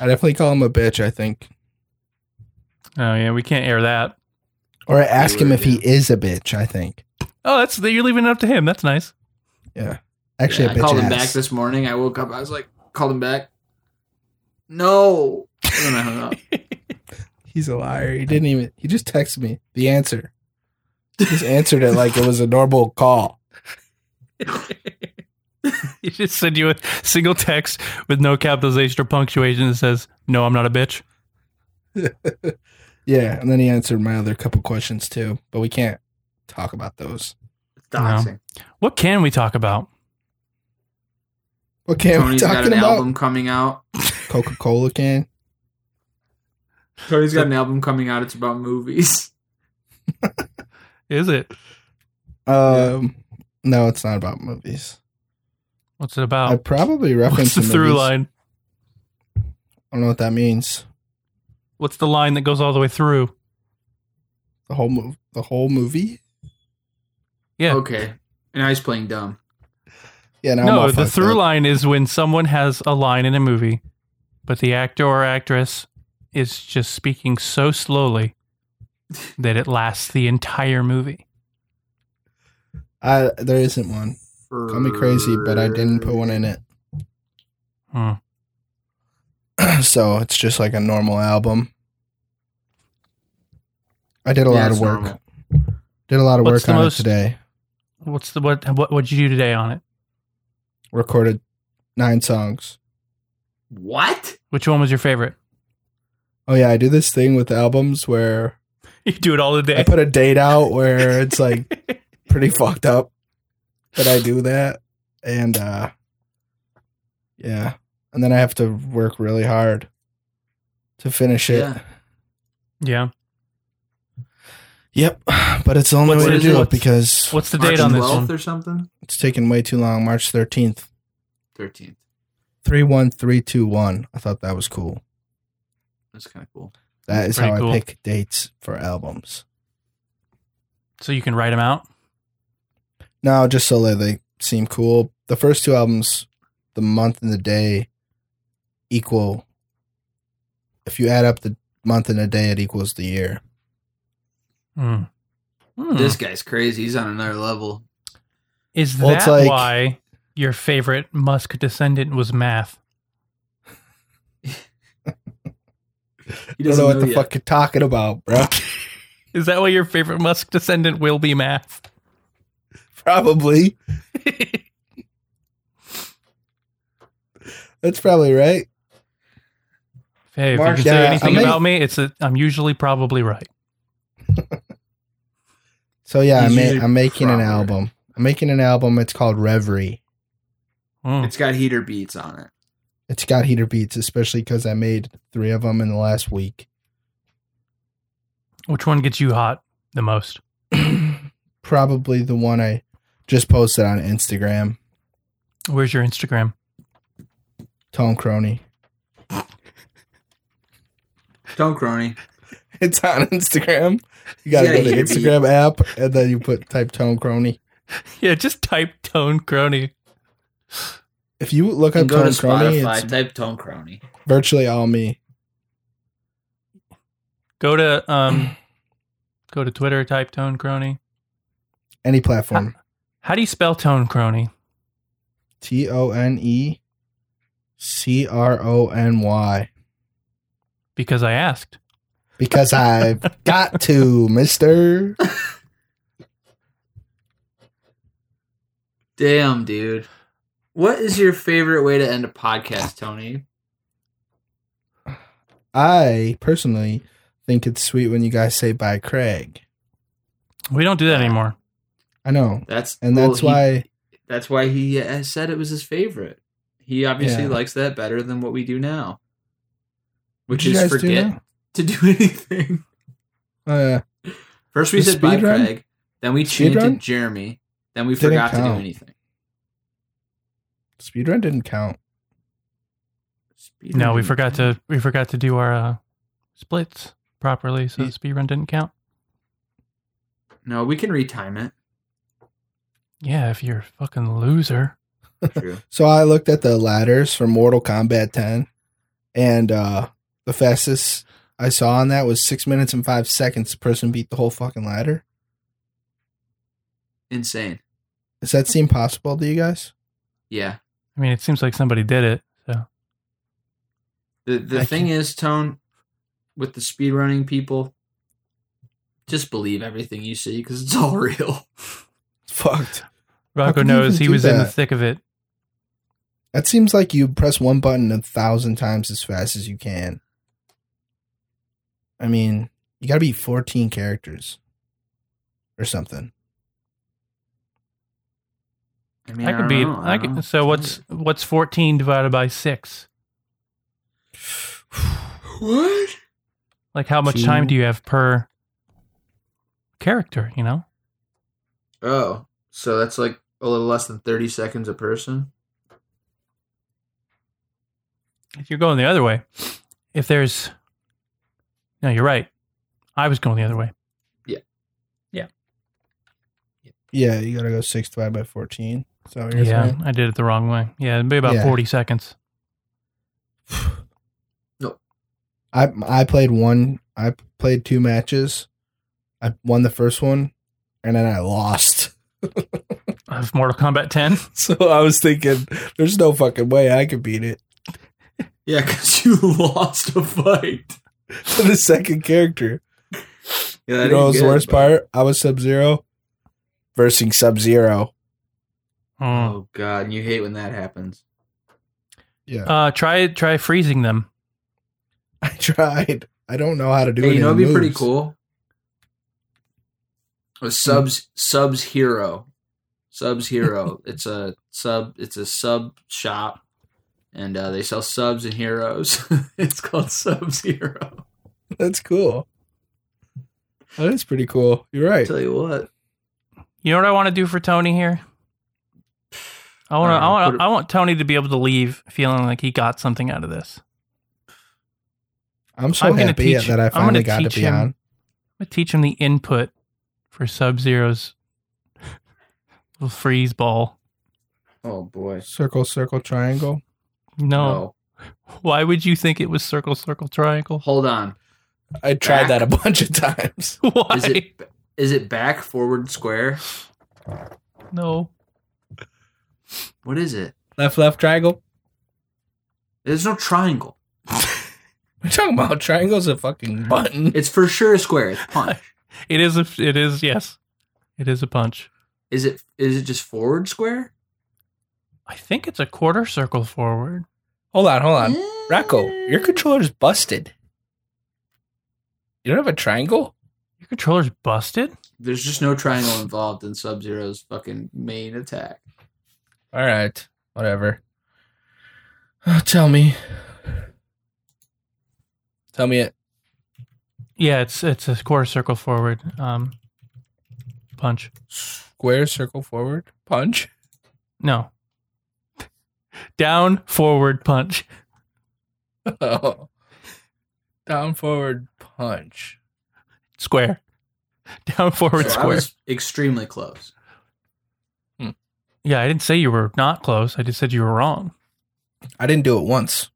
[SPEAKER 1] I definitely call him a bitch, I think.
[SPEAKER 3] Oh yeah, we can't air that.
[SPEAKER 1] Or ask him
[SPEAKER 2] were,
[SPEAKER 1] if he is a bitch, I think.
[SPEAKER 3] Oh, that's you're leaving it up to him. That's nice.
[SPEAKER 1] Yeah. Actually,
[SPEAKER 2] Yeah,
[SPEAKER 1] a
[SPEAKER 2] I
[SPEAKER 1] bitch
[SPEAKER 2] called
[SPEAKER 1] ass.
[SPEAKER 2] him back this morning. I woke up. I was like, called him back. No. And then I hung up.
[SPEAKER 1] He's a liar. He didn't even, he just texted me the answer. He just answered it like it was a normal call.
[SPEAKER 3] He just send you a single text with no capitalization or punctuation that says, "No, I'm not a bitch."
[SPEAKER 1] Yeah. And then he answered my other couple questions too, but we can't talk about those.
[SPEAKER 2] Doxing.
[SPEAKER 3] What can we talk about?
[SPEAKER 1] What can we
[SPEAKER 2] Tony's got
[SPEAKER 1] talking
[SPEAKER 2] an
[SPEAKER 1] about?
[SPEAKER 2] album coming out.
[SPEAKER 1] Coca Cola can?
[SPEAKER 2] Tony's got an album coming out. It's about movies.
[SPEAKER 3] Is it?
[SPEAKER 1] Um, No, it's not about movies.
[SPEAKER 3] What's it
[SPEAKER 1] I
[SPEAKER 3] about?
[SPEAKER 1] probably
[SPEAKER 3] Oh. What's
[SPEAKER 1] referenced
[SPEAKER 3] the through
[SPEAKER 1] movies.
[SPEAKER 3] line?
[SPEAKER 1] I don't know what that means.
[SPEAKER 3] What's the line that goes all the way through?
[SPEAKER 1] The whole move, the whole movie.
[SPEAKER 3] Yeah.
[SPEAKER 2] Okay. And now he's playing dumb.
[SPEAKER 1] Yeah, now I'm
[SPEAKER 3] no,
[SPEAKER 1] all
[SPEAKER 3] the
[SPEAKER 1] fucked
[SPEAKER 3] through
[SPEAKER 1] up.
[SPEAKER 3] line is when someone has a line in a movie, but the actor or actress is just speaking so slowly that it lasts the entire movie.
[SPEAKER 1] I, there isn't one. Call me crazy, but I didn't put one in it.
[SPEAKER 3] Hmm.
[SPEAKER 1] so it's just like a normal album. I did a
[SPEAKER 2] Yeah,
[SPEAKER 1] lot of
[SPEAKER 2] it's
[SPEAKER 1] work.
[SPEAKER 2] normal.
[SPEAKER 1] Did a lot of
[SPEAKER 3] What's
[SPEAKER 1] work
[SPEAKER 3] the
[SPEAKER 1] on
[SPEAKER 3] most-
[SPEAKER 1] it today.
[SPEAKER 3] What's the what? What would you do today on it?
[SPEAKER 1] Recorded nine songs.
[SPEAKER 2] What?
[SPEAKER 3] Which one was your favorite?
[SPEAKER 1] Oh yeah, I do this thing with albums where
[SPEAKER 3] You do it all
[SPEAKER 1] I
[SPEAKER 3] day.
[SPEAKER 1] put a date out where it's like pretty fucked up that I do that. And uh yeah. And then I have to work really hard to finish it.
[SPEAKER 2] Yeah.
[SPEAKER 3] Yeah.
[SPEAKER 1] Yep. But it's the only
[SPEAKER 3] What's
[SPEAKER 1] way to
[SPEAKER 3] it-
[SPEAKER 1] do it
[SPEAKER 3] what's-
[SPEAKER 1] because
[SPEAKER 3] What's the
[SPEAKER 2] March
[SPEAKER 3] date on this
[SPEAKER 2] 12th
[SPEAKER 3] one?
[SPEAKER 2] or something?
[SPEAKER 1] it's taking way too long. March thirteenth.
[SPEAKER 2] 13th.
[SPEAKER 1] 31321. I thought that was cool.
[SPEAKER 2] That's kind of cool.
[SPEAKER 1] That is
[SPEAKER 3] Pretty
[SPEAKER 1] how
[SPEAKER 3] cool.
[SPEAKER 1] I pick dates for albums.
[SPEAKER 3] So you can write them out.
[SPEAKER 1] No, just so that they seem cool. The first two albums, the month and the day equal. If you add up the month and the day, it equals the year.
[SPEAKER 3] Hmm. Hmm.
[SPEAKER 2] This guy's crazy. He's on another level.
[SPEAKER 3] Is
[SPEAKER 1] Well, it's
[SPEAKER 3] that
[SPEAKER 1] like-
[SPEAKER 3] why your favorite Musk descendant was math?
[SPEAKER 2] He
[SPEAKER 1] I don't
[SPEAKER 2] doesn't
[SPEAKER 1] know
[SPEAKER 2] know,
[SPEAKER 1] what the
[SPEAKER 2] yet.
[SPEAKER 1] fuck you're talking about, bro.
[SPEAKER 3] Is that why your favorite Musk descendant will be math?
[SPEAKER 1] probably. That's probably right.
[SPEAKER 3] Hey, if
[SPEAKER 1] Mark,
[SPEAKER 3] you can say
[SPEAKER 1] yeah,
[SPEAKER 3] anything
[SPEAKER 1] I mean-
[SPEAKER 3] about me, it's that I'm usually probably right.
[SPEAKER 1] So yeah, I
[SPEAKER 2] He's
[SPEAKER 1] ma-
[SPEAKER 2] usually
[SPEAKER 1] I'm making an
[SPEAKER 2] proper.
[SPEAKER 1] album. I'm making an album. It's called Reverie.
[SPEAKER 3] Hmm.
[SPEAKER 2] It's got heater beats on it.
[SPEAKER 1] It's got heater beats, especially because I made three of them in the last week.
[SPEAKER 3] Which one gets you hot the most?
[SPEAKER 1] probably the one I just posted on Instagram.
[SPEAKER 3] Where's your Instagram?
[SPEAKER 1] Tone Crony.
[SPEAKER 2] Don't crony.
[SPEAKER 1] It's on Instagram. You gotta
[SPEAKER 2] Yeah,
[SPEAKER 1] go to
[SPEAKER 2] you-
[SPEAKER 1] Instagram app and then you put type Tone Crony.
[SPEAKER 3] Yeah, just type tone crony.
[SPEAKER 1] If you look
[SPEAKER 2] Go
[SPEAKER 1] up
[SPEAKER 2] to
[SPEAKER 1] Tone Crony,
[SPEAKER 2] Spotify.
[SPEAKER 1] it's
[SPEAKER 2] Type Tone Crony.
[SPEAKER 1] virtually all me.
[SPEAKER 3] Go to um, go to Twitter. Type tone crony.
[SPEAKER 1] Any platform.
[SPEAKER 3] How do you spell tone crony?
[SPEAKER 1] T O N E C R O N Y.
[SPEAKER 3] Because I asked.
[SPEAKER 1] Because I've got to, mister.
[SPEAKER 2] Damn, dude. What is your favorite way to end a podcast, Tony?
[SPEAKER 1] I personally think it's sweet when you guys say bye, Craig.
[SPEAKER 3] We don't
[SPEAKER 1] Uh,
[SPEAKER 3] do that anymore.
[SPEAKER 1] I know.
[SPEAKER 2] That's
[SPEAKER 1] And
[SPEAKER 2] well,
[SPEAKER 1] that's
[SPEAKER 2] he-
[SPEAKER 1] why
[SPEAKER 2] that's why he uh, said it was his favorite. He obviously
[SPEAKER 1] Yeah.
[SPEAKER 2] likes that better than what we do now,
[SPEAKER 1] What'd
[SPEAKER 2] which
[SPEAKER 1] you
[SPEAKER 2] is
[SPEAKER 1] guys do
[SPEAKER 2] forget
[SPEAKER 1] now?
[SPEAKER 2] to do anything.
[SPEAKER 1] Oh, yeah.
[SPEAKER 2] First we
[SPEAKER 1] The
[SPEAKER 2] said bye,
[SPEAKER 1] speed run?
[SPEAKER 2] Craig. Then we
[SPEAKER 1] Speed
[SPEAKER 2] chanted
[SPEAKER 1] run?
[SPEAKER 2] Jeremy. Then we
[SPEAKER 1] Didn't
[SPEAKER 2] forgot to do
[SPEAKER 1] count.
[SPEAKER 2] anything.
[SPEAKER 1] Speedrun didn't count.
[SPEAKER 2] Speed
[SPEAKER 3] No,
[SPEAKER 2] run
[SPEAKER 3] we
[SPEAKER 2] didn't
[SPEAKER 3] forgot
[SPEAKER 2] count.
[SPEAKER 3] to we forgot to do our uh, splits properly, so
[SPEAKER 1] Ye-
[SPEAKER 3] the speed run didn't count.
[SPEAKER 2] No, we can retime it.
[SPEAKER 3] Yeah, if you're a fucking loser.
[SPEAKER 2] True.
[SPEAKER 1] So I looked at the ladders for Mortal Kombat 10, and uh, the fastest I saw on that was six minutes and five seconds. The person beat the whole fucking ladder.
[SPEAKER 2] Insane.
[SPEAKER 1] Does that seem possible to you guys?
[SPEAKER 2] Yeah.
[SPEAKER 3] I mean, it seems like somebody did it. So
[SPEAKER 2] The the
[SPEAKER 1] I
[SPEAKER 2] thing is, Tone, with the speedrunning people, just believe everything you see because it's all real.
[SPEAKER 1] It's fucked.
[SPEAKER 3] Rocco
[SPEAKER 1] could you
[SPEAKER 3] knows
[SPEAKER 1] even
[SPEAKER 3] he
[SPEAKER 1] do
[SPEAKER 3] was in the
[SPEAKER 1] that?
[SPEAKER 3] thick of it.
[SPEAKER 1] That seems like you press one button a thousand times as fast as you can. I mean, you gotta be 14 characters or something.
[SPEAKER 2] mean,
[SPEAKER 3] I could
[SPEAKER 2] don't
[SPEAKER 3] be.
[SPEAKER 2] know,
[SPEAKER 3] I
[SPEAKER 2] don't know.
[SPEAKER 3] could, so what's what's fourteen divided by six?
[SPEAKER 2] what?
[SPEAKER 3] Like how much
[SPEAKER 1] Two.
[SPEAKER 3] time do you have per character? You know,
[SPEAKER 2] Oh, so that's like a little less than thirty seconds a person.
[SPEAKER 3] if you're going the other way, if there's no, you're right. I was going the other way.
[SPEAKER 1] Yeah, you gotta go six divided by 14. So you're
[SPEAKER 3] Yeah,
[SPEAKER 1] saying?
[SPEAKER 3] I did it the wrong way. Yeah, it'd be about
[SPEAKER 1] Yeah.
[SPEAKER 3] forty seconds.
[SPEAKER 1] I I played one. I played two matches. I won the first one, and then I lost.
[SPEAKER 3] Of Mortal Kombat ten.
[SPEAKER 1] So I was thinking, there's no fucking way I could beat it.
[SPEAKER 2] Yeah, because you lost a fight.
[SPEAKER 1] To the second character,
[SPEAKER 2] Yeah,
[SPEAKER 1] you know, what was the worst part. I was Sub Zero, versus Sub Zero.
[SPEAKER 3] Mm.
[SPEAKER 2] Oh god, and you hate when that happens.
[SPEAKER 1] Yeah,
[SPEAKER 3] Uh, try try freezing them.
[SPEAKER 1] I tried. I don't know how to do
[SPEAKER 2] Hey,
[SPEAKER 1] it.
[SPEAKER 2] you know, it'd be pretty cool.
[SPEAKER 1] Hmm.
[SPEAKER 2] A subs subs hero, subs hero. it's a sub. It's a sub shop, and uh, they sell subs and heroes. it's called Subs Hero.
[SPEAKER 1] That's cool. That is pretty cool. You're right.
[SPEAKER 2] tell you what,
[SPEAKER 3] You know what I want to do for Tony here? I want
[SPEAKER 2] I don't know,
[SPEAKER 3] to. I want.
[SPEAKER 2] put
[SPEAKER 3] to
[SPEAKER 2] it-
[SPEAKER 3] I want Tony to be able to leave feeling like he got something out of this.
[SPEAKER 1] I'm so
[SPEAKER 3] I'm gonna
[SPEAKER 1] happy
[SPEAKER 3] teach-
[SPEAKER 1] that I
[SPEAKER 3] I'm gonna
[SPEAKER 1] finally got to
[SPEAKER 3] teach
[SPEAKER 1] be
[SPEAKER 3] him-
[SPEAKER 1] on.
[SPEAKER 3] I'm gonna teach him the input for Sub Zero's little freeze ball.
[SPEAKER 2] oh boy,
[SPEAKER 1] Circle, circle, triangle.
[SPEAKER 3] No. Why would you think it was circle, circle,
[SPEAKER 2] No.
[SPEAKER 3] triangle?
[SPEAKER 2] hold on.
[SPEAKER 1] I tried that a bunch of times.
[SPEAKER 3] Why?
[SPEAKER 2] Is it is it back, forward, square?
[SPEAKER 3] No.
[SPEAKER 2] What is it?
[SPEAKER 6] Left, left triangle.
[SPEAKER 2] There's no triangle.
[SPEAKER 6] We're talking about triangles a fucking button.
[SPEAKER 2] It's for sure a square. It's punch.
[SPEAKER 3] It is. A, it is. Yes. It is a punch.
[SPEAKER 2] Is it? Is it just forward square?
[SPEAKER 3] I think it's a quarter circle forward.
[SPEAKER 6] Hold on, hold on. Rocco, your controller's busted. You don't have a triangle?
[SPEAKER 3] Your controller's busted.
[SPEAKER 2] There's just no triangle involved in Sub Zero's fucking main attack.
[SPEAKER 6] All right, whatever. Oh, tell me. Tell me it.
[SPEAKER 3] Yeah, it's it's a quarter circle forward. Um, punch.
[SPEAKER 6] Square, circle, forward, punch.
[SPEAKER 3] No. Down, forward, punch.
[SPEAKER 6] Down, forward, punch.
[SPEAKER 3] Square. Down, forward,
[SPEAKER 2] So I
[SPEAKER 3] square.
[SPEAKER 2] was extremely close.
[SPEAKER 3] Yeah, I didn't say you were not close. I just said you were wrong.
[SPEAKER 1] I didn't do it once.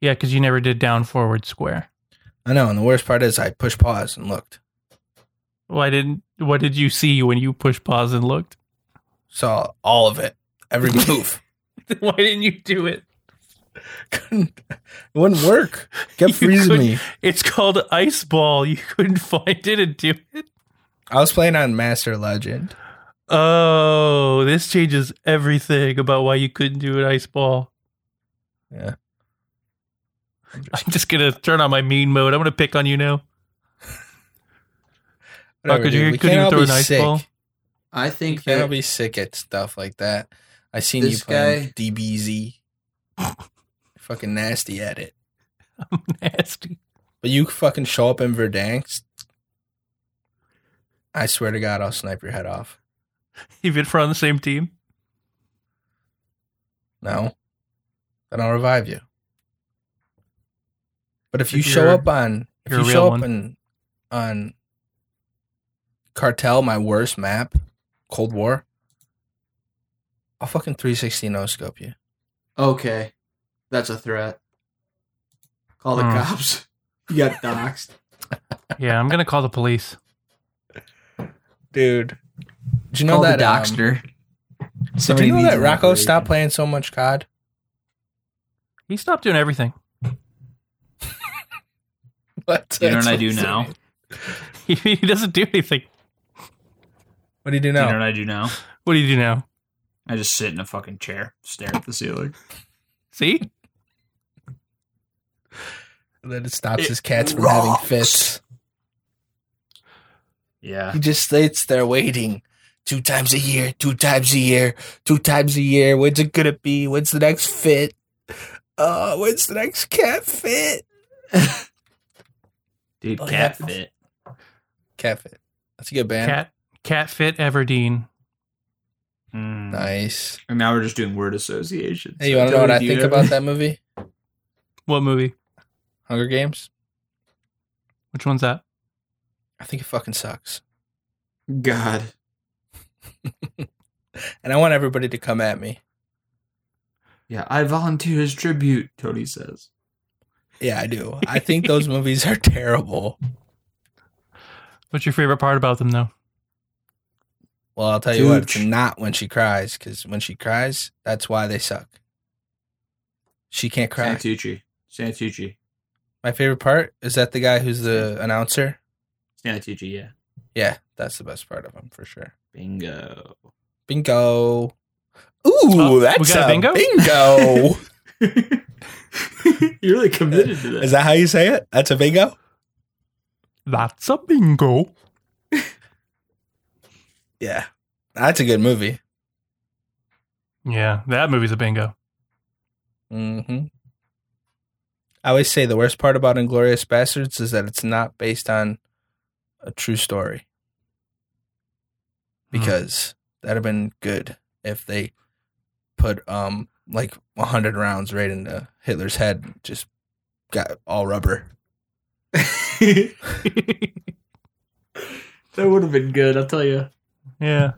[SPEAKER 3] Yeah, because you never did down, forward, square.
[SPEAKER 1] I know, and the worst part is I pushed pause and looked.
[SPEAKER 3] Why didn't? What did you see when you pushed pause and looked?
[SPEAKER 1] Saw all of it, every move.
[SPEAKER 3] Why didn't you do it?
[SPEAKER 1] Couldn't. It wouldn't work. Kept
[SPEAKER 3] You
[SPEAKER 1] freezing
[SPEAKER 3] couldn't-
[SPEAKER 1] me.
[SPEAKER 3] It's called ice ball. You couldn't find it and do it.
[SPEAKER 1] I was playing on Master Legend.
[SPEAKER 3] Oh, this changes everything about why you couldn't do an ice ball.
[SPEAKER 1] Yeah.
[SPEAKER 3] I'm just gonna turn on my mean mode. I'm gonna pick on you now.
[SPEAKER 1] Whatever,
[SPEAKER 3] could you-
[SPEAKER 1] dude. We
[SPEAKER 3] could you
[SPEAKER 1] can't all
[SPEAKER 3] throw
[SPEAKER 1] be
[SPEAKER 3] an ice
[SPEAKER 1] sick.
[SPEAKER 3] ball?
[SPEAKER 2] I think
[SPEAKER 1] Can't all
[SPEAKER 2] that
[SPEAKER 1] be sick at stuff like that. I seen
[SPEAKER 2] This
[SPEAKER 1] you playing
[SPEAKER 2] guy-
[SPEAKER 1] DBZ. fucking nasty at it.
[SPEAKER 3] I'm nasty.
[SPEAKER 1] But you fucking show up in Verdansk. I swear to God, I'll snipe your head off.
[SPEAKER 3] Even if we're on the same team.
[SPEAKER 1] No. Then I'll revive you. But if you
[SPEAKER 3] If
[SPEAKER 1] show
[SPEAKER 3] you're-
[SPEAKER 1] up on if
[SPEAKER 3] you're a
[SPEAKER 1] you
[SPEAKER 3] real
[SPEAKER 1] show
[SPEAKER 3] one.
[SPEAKER 1] up on on Cartel, my worst map, Cold War, I'll fucking 360 no scope you.
[SPEAKER 2] okay, that's a threat. Call the
[SPEAKER 3] Hmm.
[SPEAKER 2] cops.
[SPEAKER 7] You got doxxed.
[SPEAKER 3] Yeah, I'm gonna call the police.
[SPEAKER 1] dude. Do you know
[SPEAKER 2] Call
[SPEAKER 1] that?
[SPEAKER 2] the
[SPEAKER 1] um,
[SPEAKER 2] doxter.
[SPEAKER 1] do
[SPEAKER 7] Somebody
[SPEAKER 1] you know
[SPEAKER 7] needs
[SPEAKER 1] that
[SPEAKER 7] an
[SPEAKER 1] Rocco
[SPEAKER 7] operation.
[SPEAKER 1] stopped playing so much COD?
[SPEAKER 3] He stopped doing everything.
[SPEAKER 1] What?
[SPEAKER 2] You know
[SPEAKER 1] That's
[SPEAKER 2] what I do
[SPEAKER 1] I'm saying.
[SPEAKER 2] now?
[SPEAKER 3] He, he doesn't do anything.
[SPEAKER 1] What do you do
[SPEAKER 2] You
[SPEAKER 1] now?
[SPEAKER 2] know what I do now?
[SPEAKER 3] What do you do now?
[SPEAKER 2] I just sit in a fucking chair, stare at the ceiling.
[SPEAKER 3] See?
[SPEAKER 1] that it stops
[SPEAKER 2] It
[SPEAKER 1] his cats from having fits.
[SPEAKER 2] Yeah.
[SPEAKER 1] He just sits there waiting. Two times a year, two times a year, two times a year. When's it gonna be? When's the next fit? Uh, when's the next cat fit?
[SPEAKER 2] Dude,
[SPEAKER 1] Oh,
[SPEAKER 2] cat
[SPEAKER 1] yeah.
[SPEAKER 2] fit.
[SPEAKER 1] Cat fit. That's a good band.
[SPEAKER 3] Cat Cat Fit Everdeen. Hmm.
[SPEAKER 2] Mm.
[SPEAKER 1] Nice.
[SPEAKER 2] And now we're just doing word associations.
[SPEAKER 1] Hey, you wanna
[SPEAKER 2] So,
[SPEAKER 1] know what I
[SPEAKER 2] do
[SPEAKER 1] think
[SPEAKER 2] ever-
[SPEAKER 1] about that movie?
[SPEAKER 3] What movie?
[SPEAKER 1] Hunger Games?
[SPEAKER 3] Which one's that?
[SPEAKER 1] I think it fucking sucks.
[SPEAKER 7] God.
[SPEAKER 1] And I want everybody to come at me.
[SPEAKER 2] Yeah, I volunteer as tribute, Tony says.
[SPEAKER 1] Yeah, I do. I think those movies are terrible.
[SPEAKER 3] What's your favorite part about them though?
[SPEAKER 1] Well, I'll tell you what, it's
[SPEAKER 7] Huge.
[SPEAKER 1] not when she cries, because when she cries, that's why they suck. She can't cry.
[SPEAKER 2] Santucci. Santucci.
[SPEAKER 1] My favorite part is that the guy who's the announcer.
[SPEAKER 2] Santucci, yeah.
[SPEAKER 1] Yeah, that's the best part of him for sure.
[SPEAKER 2] Bingo.
[SPEAKER 1] Bingo. Ooh,
[SPEAKER 3] Oh, we
[SPEAKER 1] that's
[SPEAKER 3] got a
[SPEAKER 1] a
[SPEAKER 3] bingo?
[SPEAKER 1] bingo. Bingo.
[SPEAKER 2] You're really committed to that.
[SPEAKER 1] is that how you say it? That's a bingo.
[SPEAKER 3] That's a bingo.
[SPEAKER 1] Yeah, that's a good movie.
[SPEAKER 3] Yeah, that movie's a bingo.
[SPEAKER 1] Mm-hmm. I always say the worst part about Inglorious Bastards is that it's not based on a true story.
[SPEAKER 3] Hmm.
[SPEAKER 1] Because that'd have been good if they put um like hundred rounds right into Hitler's head, and just got all rubber.
[SPEAKER 7] That would have been good, I'll tell you.
[SPEAKER 3] Yeah.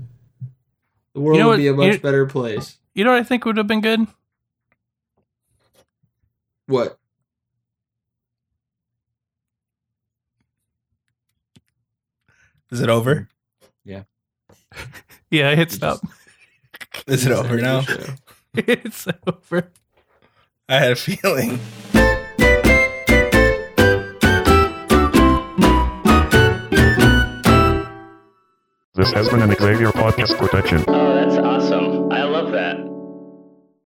[SPEAKER 7] The world
[SPEAKER 3] know
[SPEAKER 7] would
[SPEAKER 3] what-
[SPEAKER 7] be a much
[SPEAKER 3] you-
[SPEAKER 7] better place.
[SPEAKER 3] You know what I think would have been good?
[SPEAKER 7] What?
[SPEAKER 1] Is it over?
[SPEAKER 3] Yeah, I hit
[SPEAKER 2] You
[SPEAKER 3] stop.
[SPEAKER 2] just-
[SPEAKER 1] Is it over now?
[SPEAKER 3] it's over.
[SPEAKER 1] I had a feeling.
[SPEAKER 8] This has been an Xavier Podcast production.
[SPEAKER 9] Oh, that's awesome. I